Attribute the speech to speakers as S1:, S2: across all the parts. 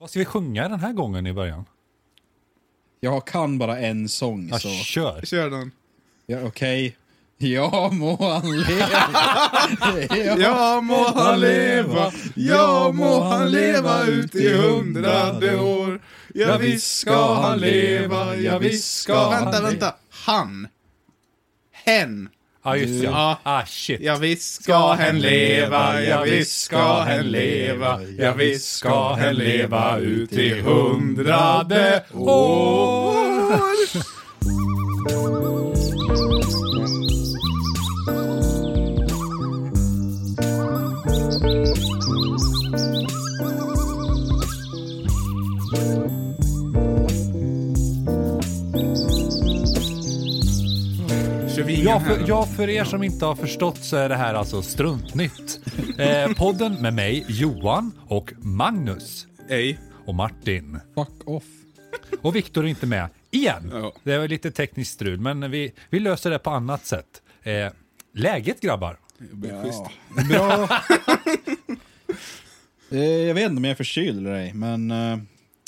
S1: Vad ska vi sjunga den här gången i början?
S2: Jag kan bara en sång
S1: Ja,
S2: så...
S1: kör!
S3: Kör den.
S2: Ja, Okej. Ja må han leva.
S3: Ja må han leva, ja må han leva ut i hundrade år. Ja visst ska han leva, ja visst ska han Vänta, vänta. Han. Hen.
S1: Ja, just det.
S3: Ja.
S1: Ah, shit.
S3: Ja visst ska hen leva, ja visst ska hen leva, ja visst ska hen leva ut i hundrade år. Kör vi ingen
S1: Ja
S3: här
S1: för,
S3: då?
S1: ja, för er som inte har förstått så är det här alltså Struntnytt. Eh, podden med mig, Johan och Magnus
S3: Ej.
S1: och Martin.
S2: Fuck off.
S1: Och Viktor är inte med igen.
S3: Ja.
S1: Det var lite tekniskt strul, men vi, vi löser det på annat sätt. Eh, läget grabbar?
S2: Ja. Bra. Eh, jag vet inte om jag är förkyld eller ej, men eh,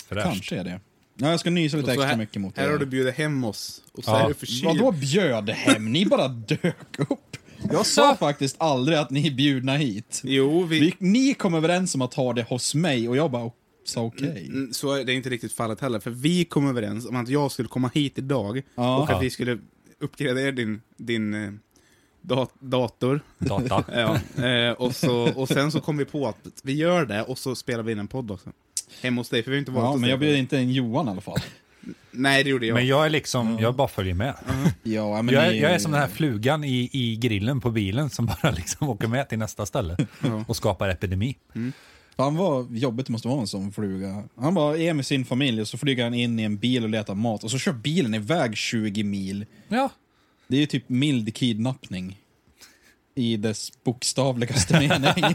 S1: Fräscht.
S2: kanske är det. Ja, jag ska nysa lite
S3: Så
S2: extra
S3: här-
S2: mycket mot
S3: Här
S2: er.
S3: har du bjudit hem oss. Och så
S1: Ja.
S3: är du förkyld.
S2: Vadå bjöd hem? Ni bara dök upp. Jag sa faktiskt aldrig att ni är bjudna hit.
S3: Jo, vi...
S2: Vi, ni kom överens om att ha det hos mig och jag bara o- sa okej.
S3: Mm, Så är det inte riktigt fallet heller, för vi kom överens om att jag skulle komma hit idag
S2: Ja.
S3: och
S1: Ja.
S3: att vi skulle uppgradera din, din eh, dat dator.
S1: Data.
S3: Ja. eh, och, så, och sen så kom vi på att vi gör det och så spelar vi in en podd också. Hemma hos dig, för vi har inte valt
S2: Ja,
S3: oss
S2: men
S3: det.
S2: jag bjöd inte en Johan i alla fall.
S3: Nej, det gjorde jag.
S1: Men jag är liksom, jag bara följer med.
S2: Ja, men
S1: Jag är,
S2: ni-
S1: jag är som den här flugan i, i grillen på bilen som bara liksom åker med till nästa ställe och skapar epidemi.
S2: Fan vad jobbigt det måste vara en sån fluga. Han bara är med sin familj och så flyger han in i en bil och letar mat och så kör bilen iväg 20 mil.
S1: Ja,
S2: Det är ju typ mild kidnappning. I dess bokstavligaste mening.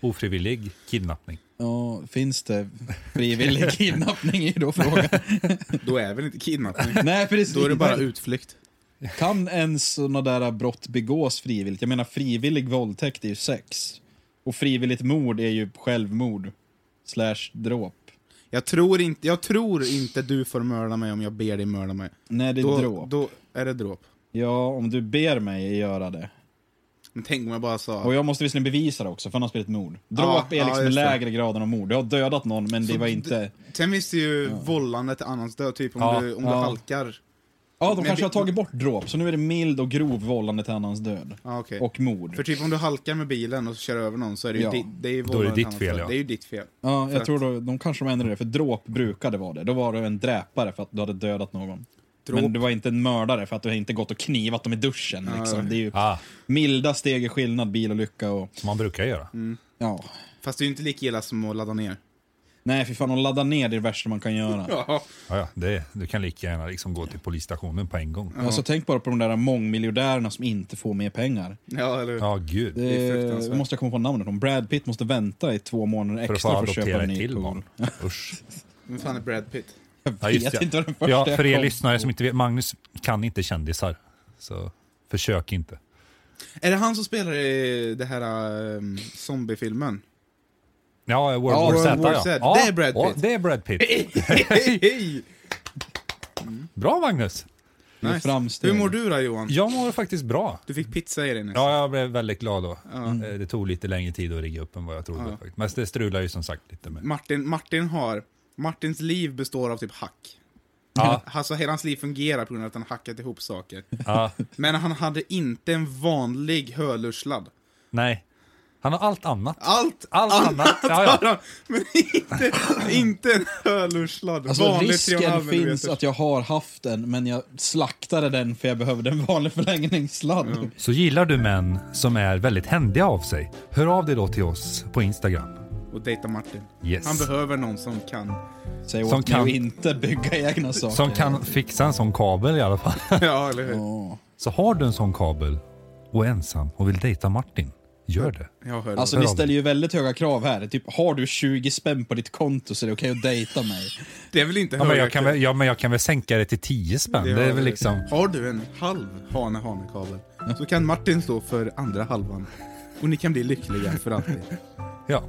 S1: ofrivillig kidnappning.
S2: Ja, finns det frivillig kidnappning i då frågan?
S3: Då är väl inte kidnappning?
S2: Nej, precis.
S3: Då är det bara utflykt.
S2: Kan ens sådana där brott begås frivilligt? Jag menar, frivillig våldtäkt är ju sex. Och frivilligt mord är ju självmord. Slash dråp.
S3: Jag tror, inte, jag tror inte du får mörda mig om jag ber dig mörda mig.
S2: Nej, det är
S3: Då,
S2: dråp.
S3: då är det dråp.
S2: Ja, om du ber mig göra det.
S3: Men tänk om jag bara sa...
S2: Och jag måste visserligen bevisa det också, för annars blir det ett mord. Dråp
S3: Ja,
S2: är
S3: ja,
S2: liksom
S3: just det.
S2: lägre graden av mord. Jag har dödat någon, men det
S3: Så
S2: var
S3: d-
S2: inte...
S3: Sen finns det ju vållande till annans död, typ om,
S1: Ja,
S3: du, om du
S2: ja.
S3: halkar.
S2: Ja, de
S3: men
S2: kanske
S3: det-
S2: har tagit bort dråp, så nu är det mild och grov vållande till annans död.
S3: Ja, okej.
S2: Och mord.
S3: För typ om du halkar med bilen och så kör över någon så är det ju
S2: Ja.
S3: di, det är ju
S1: Då är det
S3: vållande till
S1: ditt
S3: annans
S1: fel,
S3: död.
S1: ja.
S3: Det är ju ditt fel.
S2: Ja,
S3: för
S2: jag
S3: att-
S2: tror då, de kanske de ändrade det, för dråp brukade vara det. Då var du en dräpare för att du hade dödat någon.
S3: Dråp.
S2: Men du var inte en mördare för att du inte gått och knivat dem i duschen. Liksom. Det är ju
S1: Ah,
S2: milda steg i skillnad, bilolycka och...
S1: som man brukar göra.
S2: Mm. Ja.
S3: Fast det är ju inte lika illa som att ladda ner.
S2: Nej, för fan, att ladda ner det är det värsta man kan göra.
S3: Ja.
S1: Ja, ja, det, du kan lika gärna liksom gå till polisstationen på en gång.
S2: Alltså, tänk bara på de där mångmiljardärerna som inte får mer pengar.
S3: Ja, eller hur?
S1: Ja, gud.
S3: är
S2: Det
S3: fruktansvärt.
S2: måste jag komma på namnet om. Brad Pitt måste vänta i två månader
S1: För
S2: extra
S1: att få
S2: för att, köpa
S1: adoptera
S2: en
S1: ett
S2: ny
S1: till
S2: pool.
S1: barn. Usch.
S3: Vem fan är Brad Pitt?
S1: Ja,
S2: Jag
S1: just
S2: vet
S1: det.
S2: inte vad den första
S1: Ja,
S2: jag
S1: för er
S2: kom
S1: lyssnare
S2: på.
S1: som inte vet, Magnus kan inte kändisar. Så försök inte.
S3: Är det han som spelar i det här um, zombiefilmen?
S1: Ja, World
S2: Ja,
S1: War
S2: World
S1: Z.
S3: War
S1: ja.
S3: Z.
S1: Ja,
S3: Det är Brad
S1: ja,
S3: Pitt.
S1: Det är Brad Pitt.
S3: Hej, hej!
S1: Bra Magnus.
S2: Det är framsteg.
S3: Hur mår du då Johan?
S1: Jag mår faktiskt bra.
S3: Du fick pizza i dig nyss.
S1: Ja, jag blev väldigt glad då. Eh, Det tog lite längre tid att rigga upp än vad jag trodde. faktiskt. Men det strular ju som sagt lite med.
S3: Martin, Martin har... Martins liv består av typ hack.
S1: Ja,
S3: Alltså hela hans liv fungerar på grund av att han hackat ihop saker.
S1: ja,
S3: Men han hade inte en vanlig hörlursladd.
S1: nej. Han har allt annat.
S3: Allt
S1: Allt annat. Ja, ja.
S3: Men inte, inte en hörlurssladd.
S2: Alltså,
S3: Vanlig
S2: risken
S3: 3,5
S2: finns
S3: millimeters.
S2: att jag har haft en, men jag slaktade den för jag behövde en vanlig förlängningssladd.
S1: Så gillar du män som är väldigt händiga av sig, hör av dig då till oss på Instagram.
S3: Och dejta Martin.
S1: Yes.
S3: Han behöver någon som kan.
S2: Säg
S1: Som
S2: åt mig
S1: kan-
S2: att inte bygga egna saker.
S1: Som kan fixa en sån kabel i alla fall.
S3: Ja, eller hur?
S2: Ja.
S1: Så har du en sån kabel och är ensam och vill dejta Martin, gör det.
S3: Jag hör
S2: Alltså
S1: Hör
S2: ni
S1: av
S2: ställer ju väldigt höga krav här. Typ, har du 20 spänn på ditt konto så är det okej att dejta mig.
S3: det är väl inte
S1: Ja men, jag
S3: höga
S1: kan
S3: krav.
S1: väl, ja, men jag kan väl sänka det till 10 spänn. Det,
S3: har
S1: är väl
S3: vi.
S1: liksom...
S3: Har du en halv hane-hane-kabel så kan Martin stå för andra halvan. Och ni kan bli lyckliga för alltid.
S1: Ja.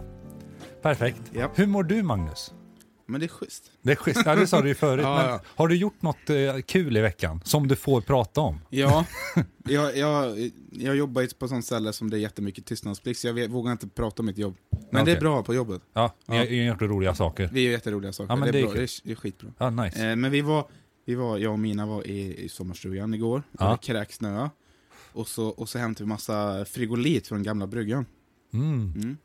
S1: Perfekt.
S3: Japp.
S1: Hur mår du Magnus?
S3: Men det är schysst.
S1: Det är schysst, ja, det sa du ju förut.
S3: Ja,
S1: men
S3: ja.
S1: Har du gjort något eh, kul i veckan som du får prata om?
S3: Ja, jag, jag, jag jobbar ju på ett sånt ställe som det är jättemycket tystnadsplikt, så jag vet- vågar inte prata om mitt jobb. Men det
S1: Okej.
S3: är bra på jobbet.
S1: Ja, ni har ni har gjort roliga saker.
S3: Vi gör jätteroliga saker.
S1: Ja, men
S3: det, är
S1: det är
S3: bra.
S1: kul.
S3: Det, är, det är skitbra.
S1: Ja, nice.
S3: Eh, men vi var, vi var, jag och Mina var i, i sommarstugan igår,
S1: Ja.
S3: det kräksnöa. Och så, och så hämtade vi massa frigolit från gamla bryggan.
S1: Mm.
S3: Mm.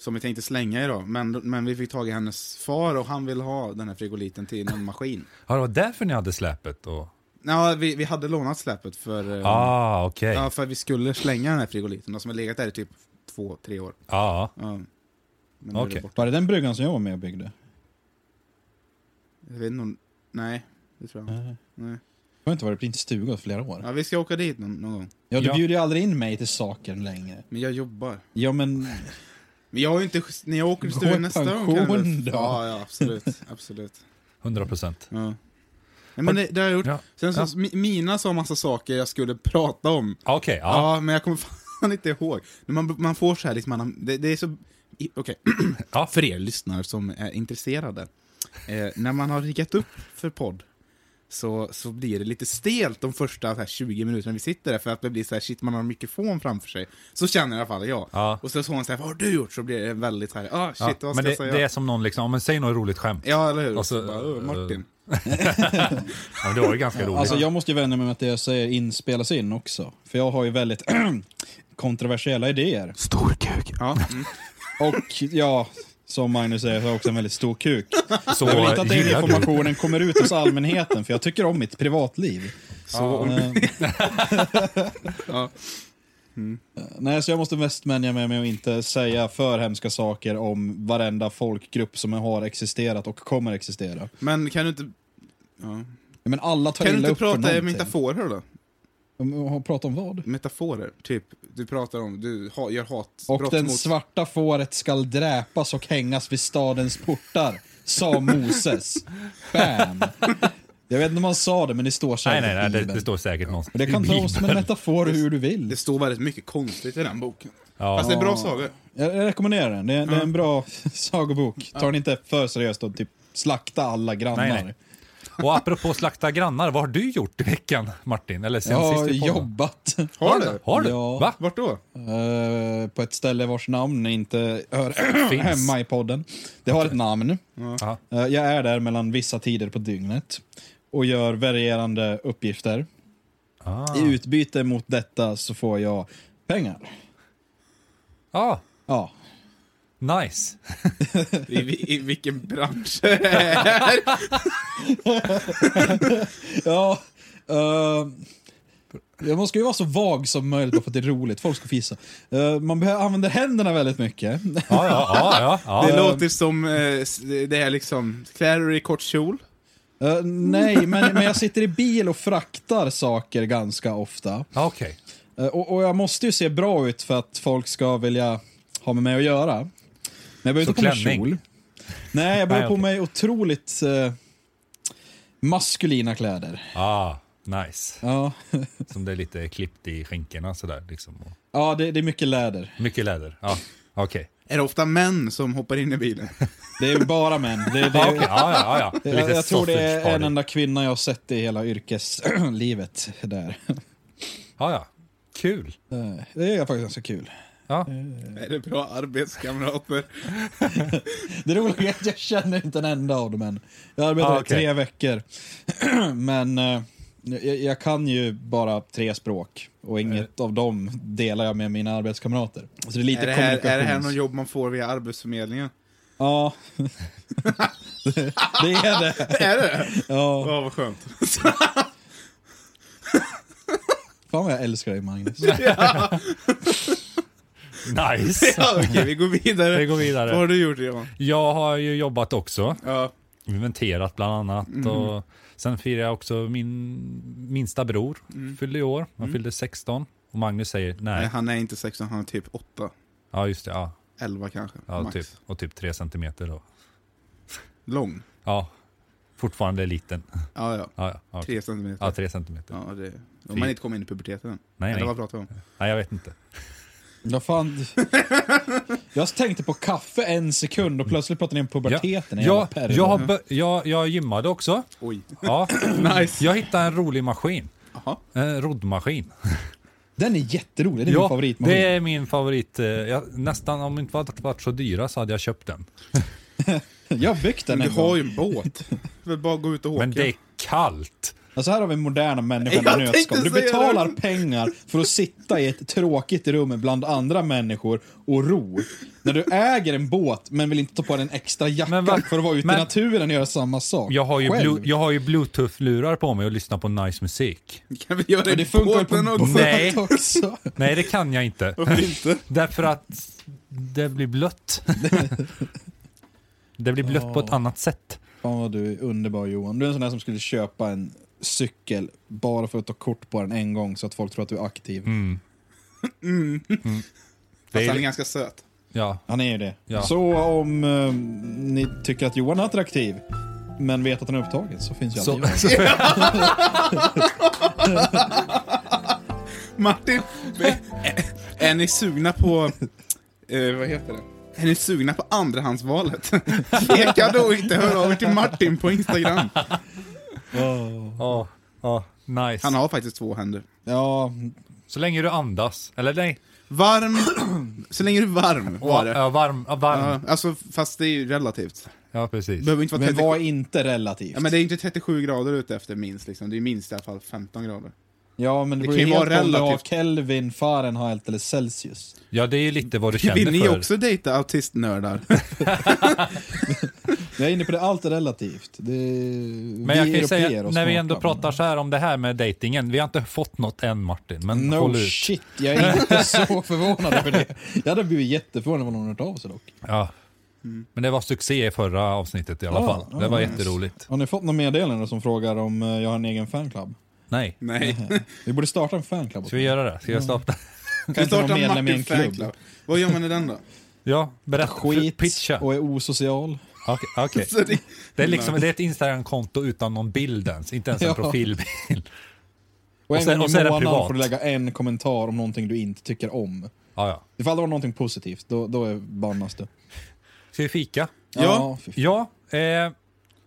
S3: Som vi tänkte slänga idag, men, men vi fick tag i hennes far och han vill ha den här frigoliten till någon maskin.
S1: Ja, det var därför ni hade släpet? Och...
S3: Ja, vi, vi hade lånat släpet för, eh,
S1: Ah, okej.
S3: ja, för att vi skulle slänga den här frigoliten, då, som har legat där i typ två, tre år.
S1: Ja.
S3: Ja. Men nu är det
S1: Okej.
S3: borta.
S2: Var det den bryggan som jag var med och byggde?
S3: Jag vet inte om... Nej, det tror jag inte.
S1: Ah.
S2: Nej.
S3: Nej.
S2: Jag har inte varit på din stuga på flera år.
S3: Ja, vi ska åka dit någon, någon gång.
S2: Ja, du
S1: Ja.
S2: bjuder ju aldrig in mig till saker längre.
S3: Men jag jobbar.
S2: Ja, men
S3: Men jag har ju inte... När jag åker till
S2: Gå
S3: stugan
S2: i
S3: nästa gång
S2: pension
S3: kan jag väl-
S2: då.
S3: Ja, ja, absolut. absolut.
S1: 100 procent.
S3: Ja. Nej, men det, det har jag gjort.
S1: Ja.
S3: Sen så,
S1: Ja.
S3: Mi- Mina sa massa saker jag skulle prata om.
S1: Okej, ja.
S3: Ja, men jag kommer fan inte ihåg. Men man, man får så här liksom, man, har- det, det är så... i- Okej,
S1: Ja.
S3: för er lyssnare som är intresserade. Eh, när man har riggat upp för podd så, så blir det lite stelt de första så här, 20 minuterna vi sitter där, för att det blir så här, shit, man har en mikrofon framför sig. Så känner i alla fall jag.
S1: Ja.
S3: Och så sa hon så här, vad har du gjort? Så blir det väldigt så här, ah, shit,
S1: ja.
S3: vad ska
S1: Men det,
S3: jag säga?
S1: det är som någon liksom, ja, men säg något roligt skämt.
S3: Ja, eller hur?
S1: Och så-
S2: Alltså,
S3: Så bara, "Åh,
S2: eh,
S3: Martin.
S1: Ja, men det var ju ganska roligt.
S2: alltså, jag måste ju vända mig med att det jag säger inspelas in också. För jag har ju väldigt kontroversiella idéer.
S3: Stor kuk. Ja, mm.
S2: Och ja, som Magnus säger, jag har också en väldigt stor kuk.
S1: så
S2: Jag vill inte att den
S1: gillar du.
S2: informationen kommer ut hos allmänheten, för jag tycker om mitt privatliv.
S3: så,
S2: Eh,
S3: ja.
S2: Nej, så jag måste mest vänja mig med att inte säga för hemska saker om varenda folkgrupp som har existerat och kommer existera.
S3: Men kan du inte... Ja.
S2: Ja, Men alla tar
S3: Kan du
S2: illa
S3: inte
S2: upp för
S3: prata i
S2: någonting.
S3: metaforer då?
S2: Om- Prata om vad?
S3: Metaforer, typ. Du pratar om, du ha, gör hat,
S2: Och
S3: brott
S2: den
S3: mot...
S2: svarta fåret skall dräpas och hängas vid stadens portar, sa Moses. Bam! Jag vet inte om han sa det, men det står så här
S1: Nej, nej, nej,
S2: i
S1: det,
S2: Bibeln.
S1: det står säkert någonstans.
S2: Och det kan
S1: i
S2: tas som en
S1: Bibeln.
S2: metafor hur du vill.
S3: Det står väldigt mycket konstigt i den boken.
S1: Ja.
S3: Fast det är bra sagor.
S2: Jag, jag rekommenderar den. Det är, det är en bra sagobok. Ta den inte för seriöst och typ slakta alla grannar.
S1: Nej, nej. Och apropå slakta grannar, vad har du gjort i veckan, Martin? Eller sen
S2: Jag har
S1: sist i podden?
S2: jobbat
S3: Har du?
S1: Har du?
S2: Ja.
S1: Va?
S3: Vart då?
S2: eh, på ett ställe vars namn inte hör
S1: Finns.
S2: hemma i podden. Det har ett namn.
S1: Ja.
S2: Eh, jag är där mellan vissa tider på dygnet och gör varierande uppgifter.
S1: Ah.
S2: I utbyte mot detta så får jag pengar.
S1: Ah,
S2: Ja.
S1: nice.
S3: I, vi- i vilken bransch?
S2: Ja, eh, jag måste ju vara så vag som möjligt bara för att det är roligt. Folk ska fisa. Eh, man behöver använder händerna väldigt mycket.
S1: Ja, ja, ja, ja, ja.
S3: Det låter som, eh, s- det är liksom, klär du dig i kort kjol?
S2: Eh, nej, men, men jag sitter i bil och fraktar saker ganska ofta.
S1: ja. Okej.
S2: Eh, och, och jag måste ju se bra ut för att folk ska vilja ha med mig att göra. Men jag behöver
S1: Så
S2: inte ha på mig
S1: klänning?
S2: kjol. Nej, jag behöver
S1: Nej,
S2: på mig otroligt eh, maskulina kläder.
S1: Ah, nice.
S2: Ja,
S1: Som det är lite klippt i skinkorna sådär. Liksom. Och
S2: ja det, det är mycket läder.
S1: Mycket läder. Ja, okej.
S3: Är det ofta män som hoppar in i bilen?
S2: Det är bara män. Det, det,
S1: Ja, Ah, okej. Ja, ja, ja. Det är
S2: jag,
S1: lite
S2: jag tror det
S1: sausage
S2: är en
S1: party.
S2: enda kvinna jag har sett i hela yrkeslivet där.
S1: Ja, ja. Kul.
S2: Eh, Det är faktiskt ganska kul.
S1: Ja.
S2: Eh.
S3: Är det bra arbetskamrater?
S2: Det roliga är att jag känner inte en enda av dem än. Jag arbetade
S1: Ah, okej.
S2: i tre veckor. Men eh, jag, jag kan ju bara tre språk och inget av dem delar jag med mina arbetskamrater. Så det är lite
S3: Är det, här, är det här
S2: kommunikations-
S3: någon jobb man får via arbetsförmedlingen?
S2: Ja. det är det.
S3: Är det?
S2: Ja.
S3: Ja, vad skönt.
S2: Fan vad jag älskar dig Magnus.
S3: Ja,
S1: Nice.
S3: ja, okej, vi går vidare.
S1: Vi går
S3: Vad
S1: vidare.
S3: har du gjort, Johan?
S1: Jag har ju jobbat också.
S3: Ja.
S1: Inventerat bland annat.
S2: Mm.
S1: Och sen firar jag också min minsta bror.
S2: Mm.
S1: Fyllde i år. Han fyllde 16. Och Magnus säger
S3: Nej,
S1: nej.
S3: han är inte 16, han är typ 8.
S1: Ja, just det. Ja,
S3: 11 kanske,
S1: ja
S3: max.
S1: typ. Och typ tre centimeter då.
S3: Lång.
S1: Ja, fortfarande liten.
S3: Ja, ja.
S1: Ja, ja, typ. ja.
S3: 3 centimeter.
S1: ja tre centimeter.
S3: Ja, det,
S1: Fy.
S3: om man inte kommer in i puberteten.
S1: Nej,
S3: Eller
S1: nej.
S3: vad pratar vi om?
S1: Nej, jag vet inte.
S2: Ja, fan. Jag tänkte på kaffe en sekund och plötsligt pratade ni om puberteten. en jävla
S1: jag,
S2: pervert.
S1: jag, har bö- jag, jag gymmade också.
S3: Oj.
S1: Ja.
S3: Nice.
S1: Jag hittade en rolig maskin.
S3: Jaha.
S1: En roddmaskin.
S2: Den är jätterolig, det är min favoritmaskin.
S1: det är min favorit. eh, Jag, nästan om det inte varit, varit så dyra så hade jag köpt den.
S2: Jag har byggt den
S3: Men du
S2: en gång.
S3: har ju en båt. Det är bara att gå ut och åka.
S1: Men det är kallt.
S2: Alltså här har vi moderna människan
S3: Jag
S2: i
S3: tänkte
S2: nötskal. Du
S3: säga det.
S2: betalar pengar för att sitta i ett tråkigt rum bland andra människor och ro. När du äger en båt men vill inte ta på dig en extra jacka
S1: Men va-
S2: för att vara ute
S1: men-
S2: i naturen och göra samma sak.
S1: Jag har ju,
S2: själv.
S1: blu- jag har ju bluetooth-lurar på mig och lyssnar på nice musik.
S3: Kan vi göra
S2: Men
S3: det
S2: det
S3: i
S2: funkar ju på
S3: båten
S2: båt
S3: också?
S1: Nej.
S2: också.
S1: Nej, det kan jag inte.
S3: Varför inte?
S1: Därför att det blir blött. det blir blött på ett annat sätt.
S2: Fan vad du är underbar Johan. Du är en sån där som skulle köpa en cykel bara för att ta kort på den en gång så att folk tror att du är aktiv.
S1: Mm. Det
S3: Fast han är
S1: är,
S3: ganska söt.
S1: ja,
S2: Han är ju det.
S1: Ja.
S2: Så om eh, ni tycker att Johan är attraktiv men vet att han är upptagen så finns ju alltid
S1: så,
S2: Johan.
S1: så,
S3: Martin, är ni sugna på... Eh, vad heter det? Är ni sugna på andrahandsvalet? Tveka då inte, hör av er till Martin på Instagram.
S1: ja, ja, nice.
S3: Han har faktiskt två händer.
S2: Ja,
S1: Så länge du andas, eller nej,
S3: Varm, så länge du är varm var det.
S1: ja, varm, ja, varm.
S3: Ja, alltså, fast det är ju relativt.
S1: Ja, precis.
S3: Det behöver inte vara
S2: men
S3: 30,
S2: var inte relativt.
S3: ja, men det är inte 37 grader ute efter minst, liksom. det är minst i alla fall 15 grader.
S2: Ja, men det,
S3: Det
S2: beror
S3: kan
S2: ju
S3: ju
S2: helt
S3: vara
S2: på om du har
S3: relativt.
S2: Kelvin, Fahrenheit eller Celsius.
S1: Ja, det är ju lite vad du
S3: Vill
S1: känner
S3: ni
S1: för.
S3: också dejta autistnördar?
S2: Jag är inne på det, allt är relativt. Det,
S1: Men
S2: vi
S1: jag kan ju
S2: europeer
S1: säga,
S2: och
S1: när vi
S2: smarta,
S1: ändå
S2: men-
S1: pratar så här om det här med dejtingen, vi har inte fått något än Martin, men
S2: No
S1: håll ut.
S2: shit, jag är inte så förvånad över det. Jag hade blivit jätteförvånad om någon hört av sig dock.
S1: Ja. Men det var succé i förra avsnittet i alla
S2: Ja,
S1: fall.
S2: ja,
S1: det var
S2: nice.
S1: jätteroligt.
S2: Har ni fått några meddelanden som frågar om eh, jag har en egen fanclub?
S1: Nej,
S3: Nej.
S2: Vi borde starta en fanclub.
S1: ska vi göra det? Ska jag starta?
S2: Kan
S3: Vi
S2: inte vara
S3: startar
S2: medlem i en
S3: Martin
S2: klubb.
S3: Fanclub. Vad gör man i den då?
S1: Ja, berätta.
S2: Skit
S1: Pitcha.
S2: och är osocial.
S1: Okej, okej.
S3: Så det,
S1: Det är liksom det är ett Instagram-konto utan någon bild ens, inte ens en
S2: Ja.
S1: profilbild.
S2: Och en
S1: sen-
S2: gång
S1: och
S2: i
S1: sen är det
S2: månaden
S1: privat.
S2: får du lägga en kommentar om någonting du inte tycker om.
S1: Ja, ja.
S2: Ifall det var någonting positivt, då, då är bannas du.
S1: Ska vi fika?
S3: Ja.
S2: fy fan.
S1: Ja, eh,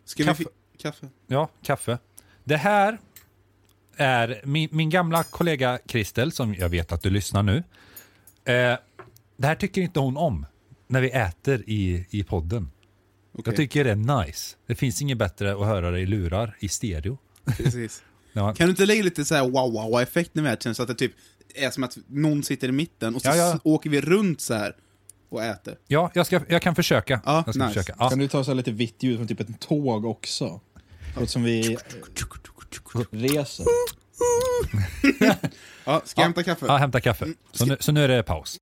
S3: ska
S1: Kaffe.
S3: vi fi- kaffe?
S1: ja, kaffe. Det här är min, min gamla kollega Kristel, som jag vet att du lyssnar nu. Eh, det här tycker inte hon om när vi äter i, i podden.
S3: Okej,
S1: Jag tycker det är nice. Det finns inget bättre att höra det i lurar i stereo.
S3: precis.
S1: När man,
S3: Kan du inte lägga lite så här wow-wow-effekt när vi äter, så att det typ är som att någon sitter i mitten och så
S1: Ja, ja.
S3: s- åker vi runt så här och äter?
S1: ja, jag, ska, jag kan försöka.
S3: Ja,
S1: jag ska
S3: nice.
S1: försöka. Ja,
S2: Kan du ta så här lite vitt ljud från typ ett tåg också? Låter som vi eh, reser.
S3: Ja, ska jag hämta kaffe?
S1: ja, hämta kaffe. Så nu, så nu är det paus.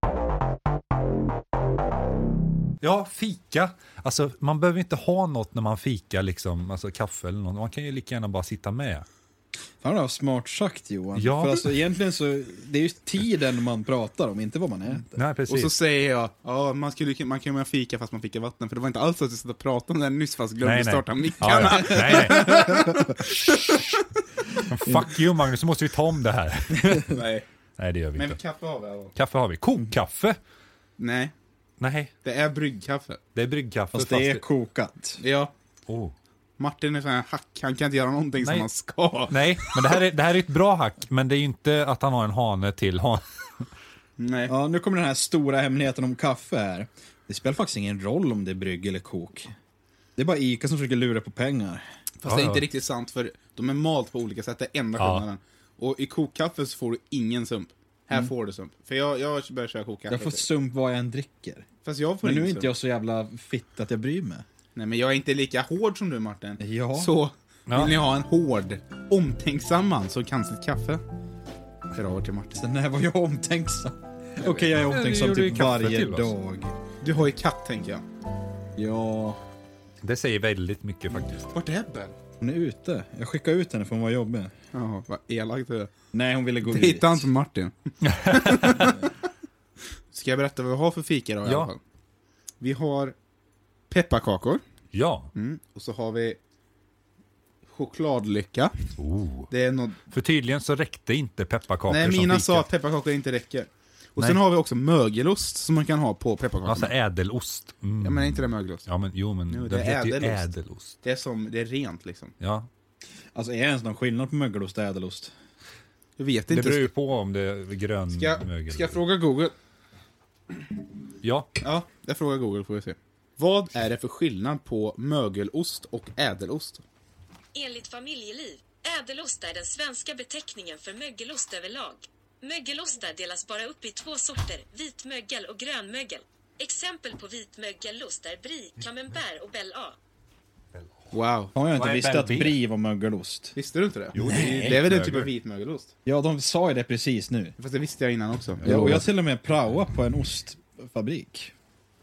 S1: Ja, fika. Alltså, man behöver inte ha något när man fikar, liksom, alltså kaffe eller något. Man kan ju lika gärna bara sitta med.
S2: Fan vad smart sagt Johan.
S1: Ja.
S2: För alltså egentligen så, det är ju tiden man pratar om, inte vad man äter.
S1: Nej,
S3: Och
S1: precis.
S3: så säger jag, ja, man, skulle, ju- man kan ju med fika fast man fick vatten, för det var inte alls att jag satt och pratade om det här nyss fast glömde starta mickarna.
S1: Ja, ja. nej, nej. Men Fuck you Magnus, så måste vi ta om det här.
S3: Nej.
S1: Nej, det gör vi
S3: Men
S1: inte.
S3: kaffe har vi här.
S1: Kaffe har vi. Kokkaffe?
S3: Nej,
S1: Nej,
S3: det är bryggkaffe.
S1: det är bryggkaffe.
S2: Fast det är kokat.
S3: Ja,
S1: Oh.
S3: Martin är sån här hack, han kan inte göra någonting som
S1: Nej.
S3: han ska.
S1: Nej, men det här, är, det här är ett bra hack, men det är ju inte att han har en hane till. Han...
S3: Nej.
S2: Ja, nu kommer den här stora hemligheten om kaffe här. Det spelar faktiskt ingen roll om det är brygg eller kok. Det är bara ICA som försöker lura på pengar.
S3: Fast det är
S1: Ja,
S3: inte
S1: ja.
S3: riktigt sant, för de är malt på olika sätt, det är enda
S1: Ja.
S3: skillnaden. Och i kokkaffe så får du ingen sump. Här får du sump. För jag, jag börjar köra kokkaffe.
S2: Mm. Jag får sump vad jag än dricker.
S3: Fast jag får
S2: Men nu
S3: ingen
S2: är
S3: sump.
S2: inte jag så jävla fitt att jag bryr mig.
S3: Nej, men jag är inte lika hård som du Martin.
S2: Ja.
S3: Så,
S1: Ja.
S3: vill ni ha en hård, omtänksam man som kan sitt kaffe? Hör av er till Martin.
S2: Den här var jag omtänksam. Okej, jag är
S1: Ja,
S2: omtänksam
S1: du gjorde ju
S2: typ
S1: kaffe
S2: varje
S1: till oss.
S2: dag.
S3: Du har ju katt, tänker jag.
S2: Ja,
S1: Det säger väldigt mycket faktiskt.
S3: Vart är Ben?
S2: hon är ute. Jag skickade ut henne för hon var jobbig.
S3: Ja, vad elakt du är.
S2: Nej, hon ville gå ut.
S3: Hitta inte Martin. Ska jag berätta vad vi har för fika då i
S1: Ja.
S3: alla fall? Vi har pepparkakor.
S1: Ja.
S3: Mm. Och så har vi chokladlycka.
S1: Oh.
S3: Det är något...
S1: För tydligen så räckte inte pepparkakor
S3: Nej,
S1: som
S3: mina
S1: fika.
S3: sa att pepparkakor inte räcker. Och
S1: Nej.
S3: sen har vi också mögelost som man kan ha på pepparkakorna.
S1: Alltså ädelost. Mm.
S3: Ja, men är inte det mögelost?
S1: Ja, men jo, men
S3: Jo, det
S1: den
S3: är
S1: heter ju
S3: ädelost.
S1: ädelost.
S3: Det är, som, det är rent liksom.
S1: Ja.
S2: Alltså är det ens någon skillnad på mögelost och ädelost?
S3: Jag vet
S1: Det
S3: inte.
S1: beror ju på om det är grön
S3: ska,
S1: mögel.
S3: ska jag fråga Google?
S1: Ja,
S3: Ja, jag frågar Google får vi se. Vad är det för skillnad på mögelost och ädelost?
S4: Enligt familjeliv, ädelost är den svenska beteckningen för mögelost överlag. Mögelostar delas bara upp i två sorter, vitmögel och grönmögel. Exempel på vitmögelost är brie, camembert och belle A.
S3: Wow.
S2: Har jag inte
S1: Vad är
S2: visst att
S1: Bell B?
S2: brie var mögelost?
S3: Visste du inte det? Jo,
S1: det är
S3: det är väl den
S1: mögel.
S3: typ av vit mögelost?
S2: Ja, de sa ju det precis nu.
S3: Fast det visste jag innan också.
S2: Ja, och jag till och med praoa på en ostfabrik.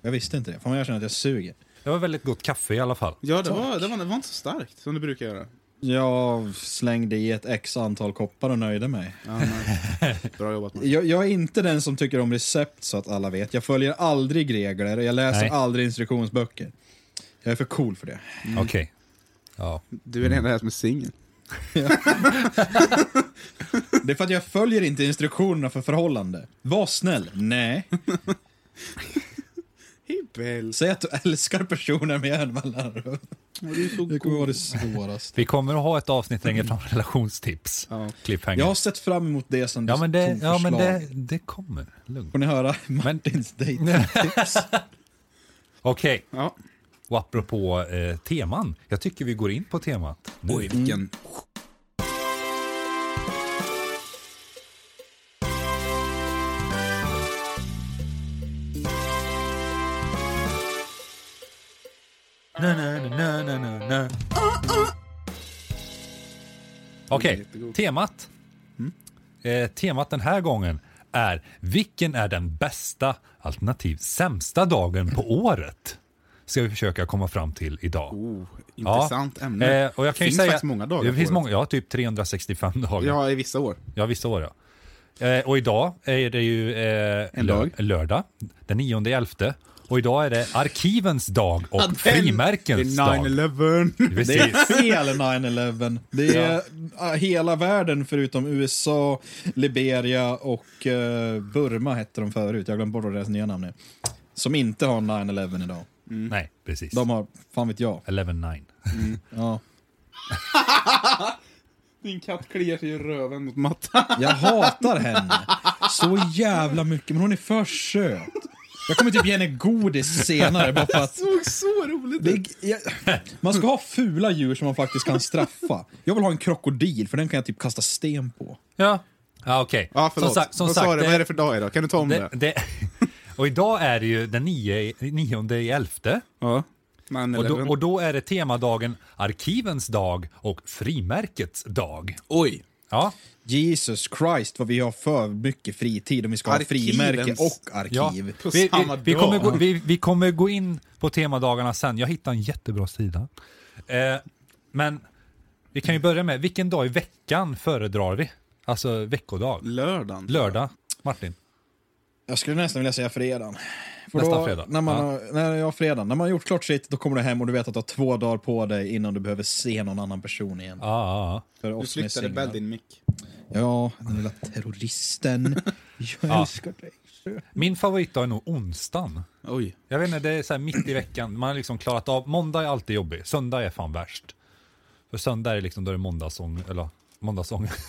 S2: Jag visste inte det. Fan, jag känner att jag suger.
S1: det var väldigt gott kaffe i alla fall.
S3: Ja, det var, det, var, det var inte så starkt som det brukar göra.
S2: Jag slängde i ett x antal koppar och nöjde mig.
S3: Ja, men- bra jobbat man.
S2: Jag, jag är inte den som tycker om recept så att alla vet. Jag följer aldrig regler och jag läser
S1: Nej.
S2: aldrig instruktionsböcker. Jag är för cool för det.
S3: Mm.
S1: Okej. Ja.
S3: Du är den enda här som är singel.
S2: Det är för att jag följer inte instruktionerna för förhållande. Var snäll. Nej.
S3: Hibbel.
S2: Säg att du älskar personer med järnmallar.
S3: Du är så
S2: Det kommer vara det svåraste.
S1: Vi kommer att ha ett avsnitt längre från relationstips.
S3: Ja.
S1: Cliffhanger.
S2: Jag har sett fram emot det som
S1: ja,
S2: du
S1: men, det,
S2: tog
S1: ja, men
S2: förslag.
S1: det, det kommer. Lugnt.
S2: Får ni höra Martins dejtingtips?
S1: Okej,
S3: Ja.
S1: och apropå eh, teman. Jag tycker vi går in på temat. nu.
S3: Oj, vilken...
S1: Na, na, na, na, na, na. Okej,
S3: Jättegod.
S1: temat. Eh, temat den här gången är vilken är den bästa alternativ sämsta dagen på året? Ska vi försöka komma fram till idag.
S3: Oh,
S1: Ja.
S3: intressant ämne.
S1: Eh, och jag kan
S3: finns
S1: ju säga,
S3: faktiskt många dagar
S1: Det
S3: på
S1: finns
S3: året.
S1: många, ja, typ 365 dagar. Ja,
S3: Ja, i vissa år.
S1: vissa år ja. Eh, och idag är det ju eh, lö-
S3: En dag.
S1: lördag, den 9 elfte. Och idag är det arkivens dag och
S3: Den-
S1: frimärkens
S3: Det är
S1: dag.
S3: 9-11.
S2: Det
S1: Precis.
S2: är hela 9-11. Det är ah, hela världen förutom USA, Liberia och eh, Burma hette de förut. Jag glömde bort vad deras nya namn är. Som inte har 9-11 idag.
S3: Mm.
S1: Nej, precis.
S2: De har, fan vet jag.
S1: 11-9.
S2: Ja.
S3: Din katt kliar sig i röven mot mattan.
S2: Jag hatar henne så jävla mycket, men hon är för söt. Jag kommer typ ge henne godis senare bara för att...
S3: Det såg så roligt
S2: Det
S3: ut.
S2: är, jag, man ska ha fula djur som man faktiskt kan straffa. Jag vill ha en krokodil, för den kan jag typ kasta sten på.
S1: Ja, ja okej.
S3: Ja, förlåt.
S1: Som sagt, som
S3: Vad
S1: sagt
S3: sa du?
S1: det-
S3: Vad är det för dag idag? Kan du ta om
S1: det,
S3: det?
S1: det, och idag är det ju den 9, 9 i elfte.
S3: Ja.
S1: Och då,
S3: 9-11.
S1: och då är det temadagen Arkivens dag och Frimärkets dag.
S3: Oj.
S1: Ja,
S2: Jesus Christ, vad vi har för mycket fritid om vi ska ha
S3: Arkivens-
S2: frimärke och
S1: ja.
S2: arkiv.
S1: Vi, vi,
S3: samma
S1: vi,
S3: dag.
S1: kommer gå, vi, vi kommer gå in på temadagarna sen. Jag hittade en jättebra sida. Eh, men vi kan ju börja med, vilken dag i veckan föredrar vi? Alltså veckodag.
S3: Lördagen.
S1: Lördag, Martin.
S2: Jag skulle nästan vilja säga fredagen. För
S1: Nästa
S2: då,
S1: fredag.
S2: När man,
S1: Ja.
S2: har, när, ja, fredagen. När man har gjort klart sitt, då kommer du hem och du vet att du har två dagar på dig innan du behöver se någon annan person igen.
S1: Ja, ja, ja.
S2: För
S3: Du
S2: oss som är
S3: flyttade
S2: singlar.
S3: väl din mick?
S2: Ja, den lilla terroristen. Jag
S1: Ja.
S2: älskar dig. sö.
S1: Min favoritdag är nog onsdagen.
S3: Oj.
S1: Jag vet inte, det är så här mitt i veckan. Man har liksom klarat av, måndag är alltid jobbig, söndag är fan värst. För söndag är det liksom, då är det måndagsång, eller måndagsångest.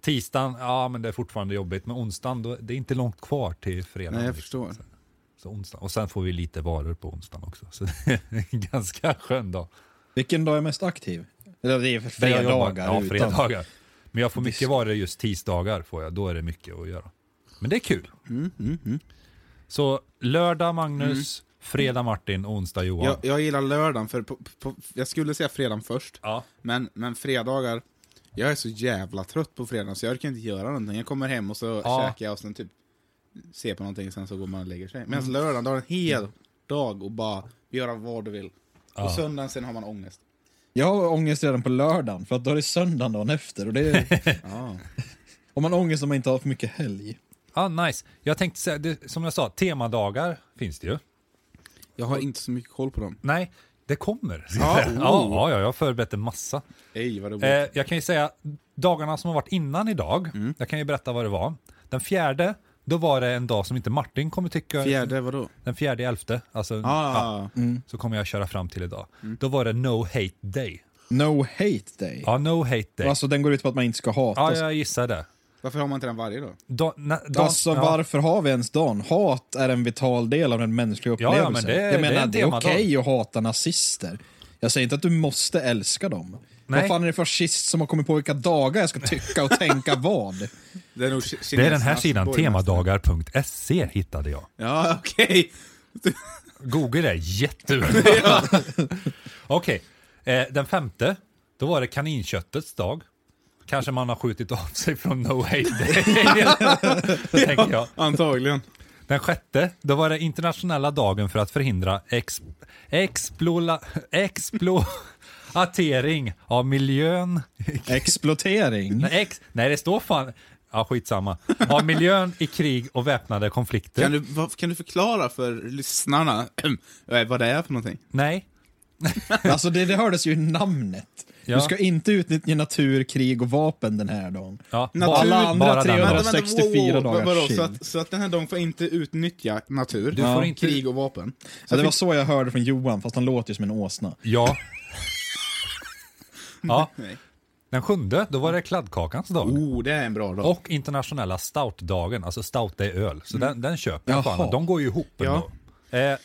S1: Tisdagen, ja men det är fortfarande jobbigt, men onsdagen, då, det är inte långt kvar till fredag.
S3: Nej, jag förstår.
S1: Så onsdag. Och sen får vi lite varor på onsdagen också, så det är en ganska skön dag.
S2: Vilken dag är mest aktiv? Eller det är för
S1: Där jag jobbar.
S2: fredagar.
S1: Ja,
S2: utan-
S1: fredagar. Men jag får mycket varor just tisdagar, får jag. då är det mycket att göra. Men det är kul.
S3: Mm,
S1: Så lördag Magnus, fredag Martin, onsdag Johan.
S3: Jag, jag gillar lördagen, för på, på, jag skulle säga fredagen först.
S1: Ja.
S3: Men, men fredagar, jag är så jävla trött på fredagen så jag orkar inte göra någonting. Jag kommer hem och så
S1: Ja.
S3: käkar jag och sen typ ser på någonting sen så går man och lägger sig.
S1: Mm.
S3: Medan lördagen, då har du en hel dag och bara göra vad du vill. Och söndagen sen har man ångest.
S2: Jag har ångest redan på lördagen, för att då är det söndagen dagen efter. Och det är,
S3: Ja.
S2: om man har ångest om man inte har för mycket helg.
S1: Ah, nice. Jag tänkte säga, det, som jag sa, temadagar finns det ju.
S3: Jag har inte så mycket koll på dem.
S1: Nej, det kommer.
S3: Ja,
S1: Ja,
S3: oh.
S1: ja, ja, jag har förberett en massa.
S3: Ej, vad roligt.
S1: Eh, jag kan ju säga, dagarna som har varit innan idag, jag kan ju berätta vad det var. Den fjärde Då var det en dag som inte Martin kommer tycka,
S3: Fjärde, vadå?
S1: den fjärde elfte, alltså, ja,
S3: Ah,
S1: så kommer jag köra fram till idag. Då var det No Hate Day.
S2: No hate day.
S1: Ja, No Hate Day.
S2: Alltså den går ut på att man inte ska hata.
S1: ja, jag gissar det.
S3: varför har man inte den varje då?
S1: Da, na, da,
S2: Alltså
S1: ja.
S2: varför har vi ens dagen? Hat är en vital del av den mänskliga
S1: ja, men
S2: upplevelsen.
S1: det är-
S2: jag
S1: det är
S2: menar,
S1: en
S2: det är,
S1: temadag.
S2: okej att hata nazister. Jag säger inte att du måste älska dem.
S1: Nej.
S2: Vad fan är det för fascist som har kommit på vilka dagar jag ska tycka och tänka vad?
S3: Det är, nog
S1: Det är den här sidan, temadagar.se hittade jag.
S3: Ja, okej.
S1: Google är jättebra. Okej, eh, den femte, då var det kaninköttets dag. Kanske man har skjutit av sig från No Hate Day, tänker jag.
S3: Antagligen.
S1: Den sjätte, då var det internationella dagen för att förhindra ex, explola, exploatering av miljön.
S2: Exploatering.
S1: Nej, Ex, nej, det står fan... Ja, skitsamma. Av miljön i krig och väpnade konflikter.
S3: Kan du, vad, kan du förklara för lyssnarna eh, vad det är för någonting?
S1: Nej.
S2: Alltså det, det hördes ju i namnet.
S1: Ja.
S2: Du ska inte utnyttja natur, krig och vapen den här dagen.
S1: Ja,
S3: Natur-
S1: bara-
S3: alla
S2: andra
S1: bara den.
S2: 300 164 dagars
S3: vadå,
S2: chill.
S3: så, att, så att den här dagen får inte utnyttja natur,
S1: Du får inte-
S3: krig och vapen?
S2: Så det var så jag hörde från Johan, fast han låter ju som en åsna.
S1: Ja. ja.
S3: Nej.
S1: Den sjunde, då var det kladdkakans dag.
S3: Oh, det är en bra dag.
S1: Och internationella stoutdagen. Alltså stout är öl. Så den, den köper jag.
S2: Jaha.
S1: Fan. De går ju ihop
S3: Mm. Ja.
S1: ändå. Eh,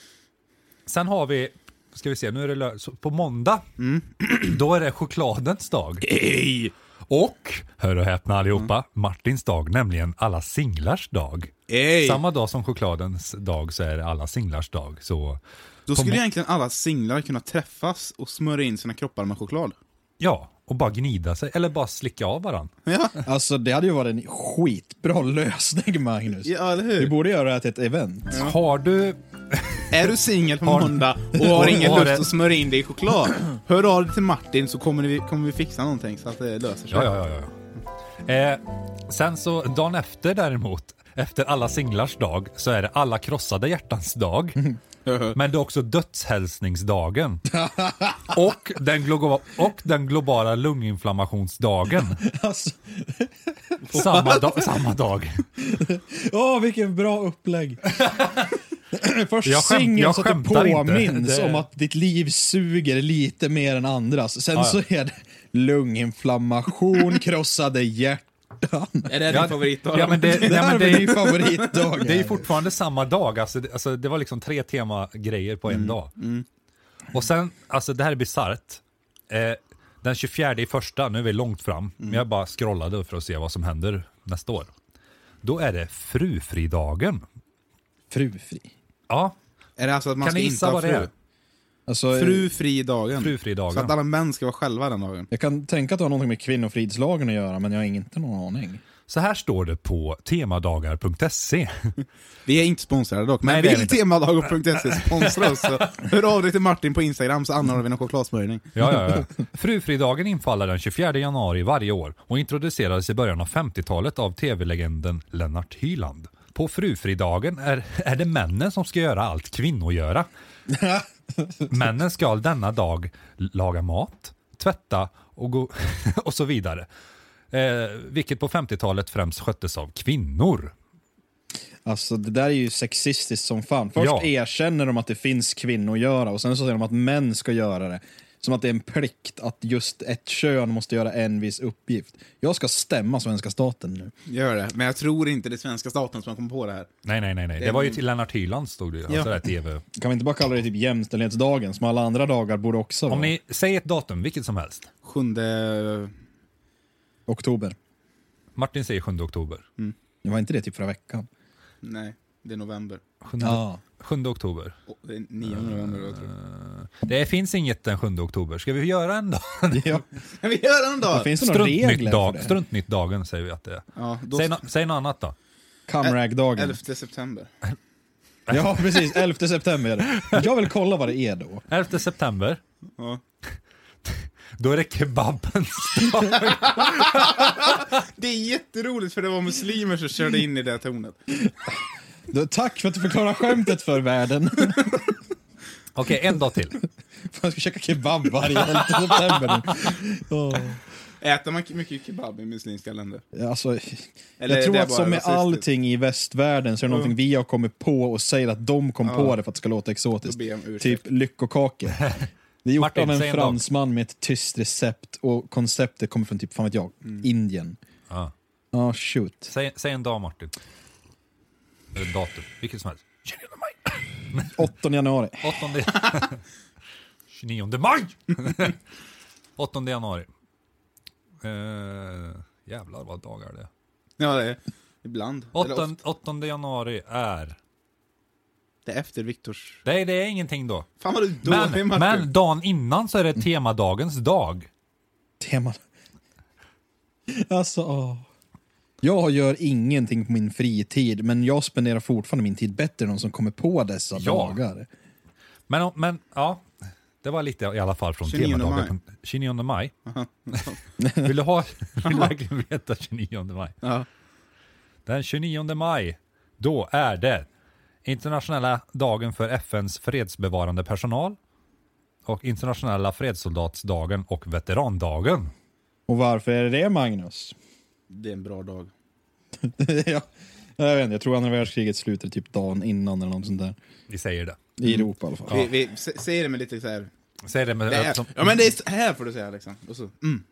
S1: sen har vi, ska vi se, nu är det lö- så på måndag.
S3: Mm.
S1: Då är det chokladens dag.
S3: Eh. Ej!
S1: Och, hör och häpna allihopa,
S3: Mm.
S1: Martins dag, nämligen alla singlars dag.
S3: Ej!
S1: Samma dag som chokladens dag så är det alla singlars dag. Så
S3: Då skulle egentligen alla singlar kunna träffas och smörja in sina kroppar med choklad.
S1: ja, och bara gnida sig, eller bara slicka av varandra.
S3: Ja,
S2: Alltså det hade ju varit en skitbra lösning Magnus.
S3: ja eller
S2: Vi
S3: hur?
S2: borde göra det här till ett event.
S1: Har du
S3: Är du singel på måndag och har ingen
S1: har
S3: lust
S1: det-
S3: att smörja in dig i choklad, hör av dig till Martin så kommer vi, kommer vi fixa någonting så att det löser sig.
S1: Ja, ja, ja. ja. ja. Eh, sen så dagen efter däremot, efter alla singlars dag, så är det alla krossade hjärtans dag. Men det är också dödshälsningsdagen. Och den, glo- och den globala lunginflammationsdagen.
S2: Alltså,
S1: Samma, da- samma dag.
S2: åh vilken bra upplägg. Först
S1: Jag skäm-
S2: singeln
S1: jag
S2: så att du
S1: skämtar inte.
S2: påminns
S1: Det-
S2: om att ditt liv suger lite mer än andras. Sen
S1: ja.
S2: så är det lunginflammation, krossade hjärtan.
S3: Är det
S1: Ja,
S3: din favoritdag?
S1: ja, men det-
S2: Det
S1: nej,
S2: här
S1: men
S2: är
S1: det
S2: väl
S1: är-
S2: min favoritdag.
S1: Det är ju fortfarande samma dag. Alltså, det, alltså, det var liksom tre temagrejer på en dag. Och sen, alltså det här är bisarrt. Eh, den 24 i första, nu är vi långt fram, men jag bara scrollade för att se vad som händer nästa år. Då är det frufridagen.
S2: Frufri.
S1: Ja,
S3: Är det alltså att man
S1: kan
S3: ska
S1: ni
S3: inte
S1: gissa
S3: ha
S1: vad det
S3: fru?
S1: är?
S2: Alltså,
S3: Frufridagen. Så att
S1: Frufridagen.
S3: alla män ska vara själva den dagen.
S2: Jag kan tänka att det har något med kvinnofridslagen att göra, men jag har inte någon aning.
S1: Så här står det på temadagar.se.
S3: Vi är inte sponsrade dock, men
S1: Nej, det är
S3: vill
S1: vi
S3: temadagen.se sponsra oss så hör av dig till Martin på Instagram så anordnar vi någon chokladsmörjning.
S1: Ja, ja, ja. Frufridagen infaller den 24 januari varje år och introducerades i början av 50-talet av tv-legenden Lennart Hyland. På frufridagen är, är det männen som ska göra allt kvinnor göra. Männen ska denna dag laga mat, tvätta och, gå, och så vidare. Eh, vilket på 50-talet främst sköttes av kvinnor.
S2: Alltså det där är ju sexistiskt som fan. Först
S1: Ja.
S2: erkänner de att det finns kvinnor att göra och sen så säger de att män ska göra det. Som att det är en plikt att just ett kön måste göra en viss uppgift. Jag ska stämma svenska staten nu.
S3: Gör det, men jag tror inte det är svenska staten som har kommit på det här.
S1: Nej, nej, nej, nej. Det var ju till Lennart Hyland stod det ju. Alltså det här TV.
S2: Kan vi inte bara kalla det typ jämställdhetsdagen som alla andra dagar borde också vara?
S1: Om ni säger ett datum, vilket som helst.
S3: Sjunde...
S2: Oktober.
S1: Martin säger 7 oktober.
S2: Det var inte det typ förra veckan?
S3: Nej, det är november.
S1: 7,
S2: Ja.
S1: 7 oktober.
S3: Åh, det är nionde november då, tror jag.
S1: Det finns inget den 7 oktober. Ska vi göra en dag?
S2: ja.
S3: Kan vi göra en dag?
S2: Finns det några regler för
S1: Struntnytt-dag-
S2: det?
S1: Struntnytt-dagen säger vi att det är.
S3: Ja, då...
S1: Säg, no- säg något annat då.
S2: Camrag-dagen.
S3: 11 september.
S2: Ja, precis. 11 september. Jag vill kolla vad det är då.
S1: 11 september,
S3: Ja.
S1: då är det kebabens dag.
S3: Det är jätteroligt för det var muslimer som körde in i det tornet.
S2: Då- Tack för att du förklarar skämtet för världen.
S1: Okej, en dag till.
S2: Jag ska käka kebab varje 11 september. nu. Åh.
S3: Äter man mycket kebab i muslimska länder?
S2: Oh. Alltså,
S3: Eller
S2: jag tror
S3: det är
S2: att
S3: bara
S2: som med
S3: rasistiskt?
S2: allting i västvärlden så är det någonting vi har kommit på och säger att de kom på det för att det ska låta
S3: Då
S2: exotiskt.
S3: ber jag om ursäkt.
S2: Typ lyckokakor. Det är gjort
S1: Martin,
S2: av
S1: säg
S2: en
S1: en dag.
S2: fransman med ett tyskt recept och konceptet kommer från typ, fan vet jag,
S3: Mm.
S2: Indien.
S1: Ja.
S2: Ja, shoot.
S1: Säg, säg en dag Martin. Eller en datum, vilket som helst. 29 maj!
S2: 8 januari.
S1: 8... 29 maj! 8 januari. Eh, jävlar vad dagar det är.
S3: Ja, det är. Ibland. Eller
S1: Åtton-
S3: ofta.
S1: 8 januari är...
S3: Det är efter Viktors...
S1: Nej, det är ingenting då.
S3: Fan vad du är dålig
S1: Men,
S3: Martin.
S1: men dagen innan så är det temadagens dag.
S2: Teman. Alltså, åh. Jag gör ingenting på min fritid, men jag spenderar fortfarande min tid bättre än de som kommer på dessa
S1: Ja.
S2: dagar.
S1: Men, men ja, det var lite i alla fall från
S3: 29
S1: temadagen. 29 maj. vill du ha, vill du verkligen veta 29 maj?
S3: Ja.
S1: Den 29 maj, då är det internationella dagen för FNs fredsbevarande personal och internationella fredssoldatsdagen och veterandagen.
S2: Och varför är det det, Magnus?
S3: Det är en bra dag.
S2: ja. Jag vet inte, jag tror andra världskriget slutade typ dagen innan eller något sånt där.
S1: Vi säger det.
S2: I Europa i alla fall.
S3: Vi, vi, sä- säger det med lite så här...
S1: Säg det med...
S3: Det är,
S1: som-
S3: ja men det är så här får du säga liksom. Och så, mm.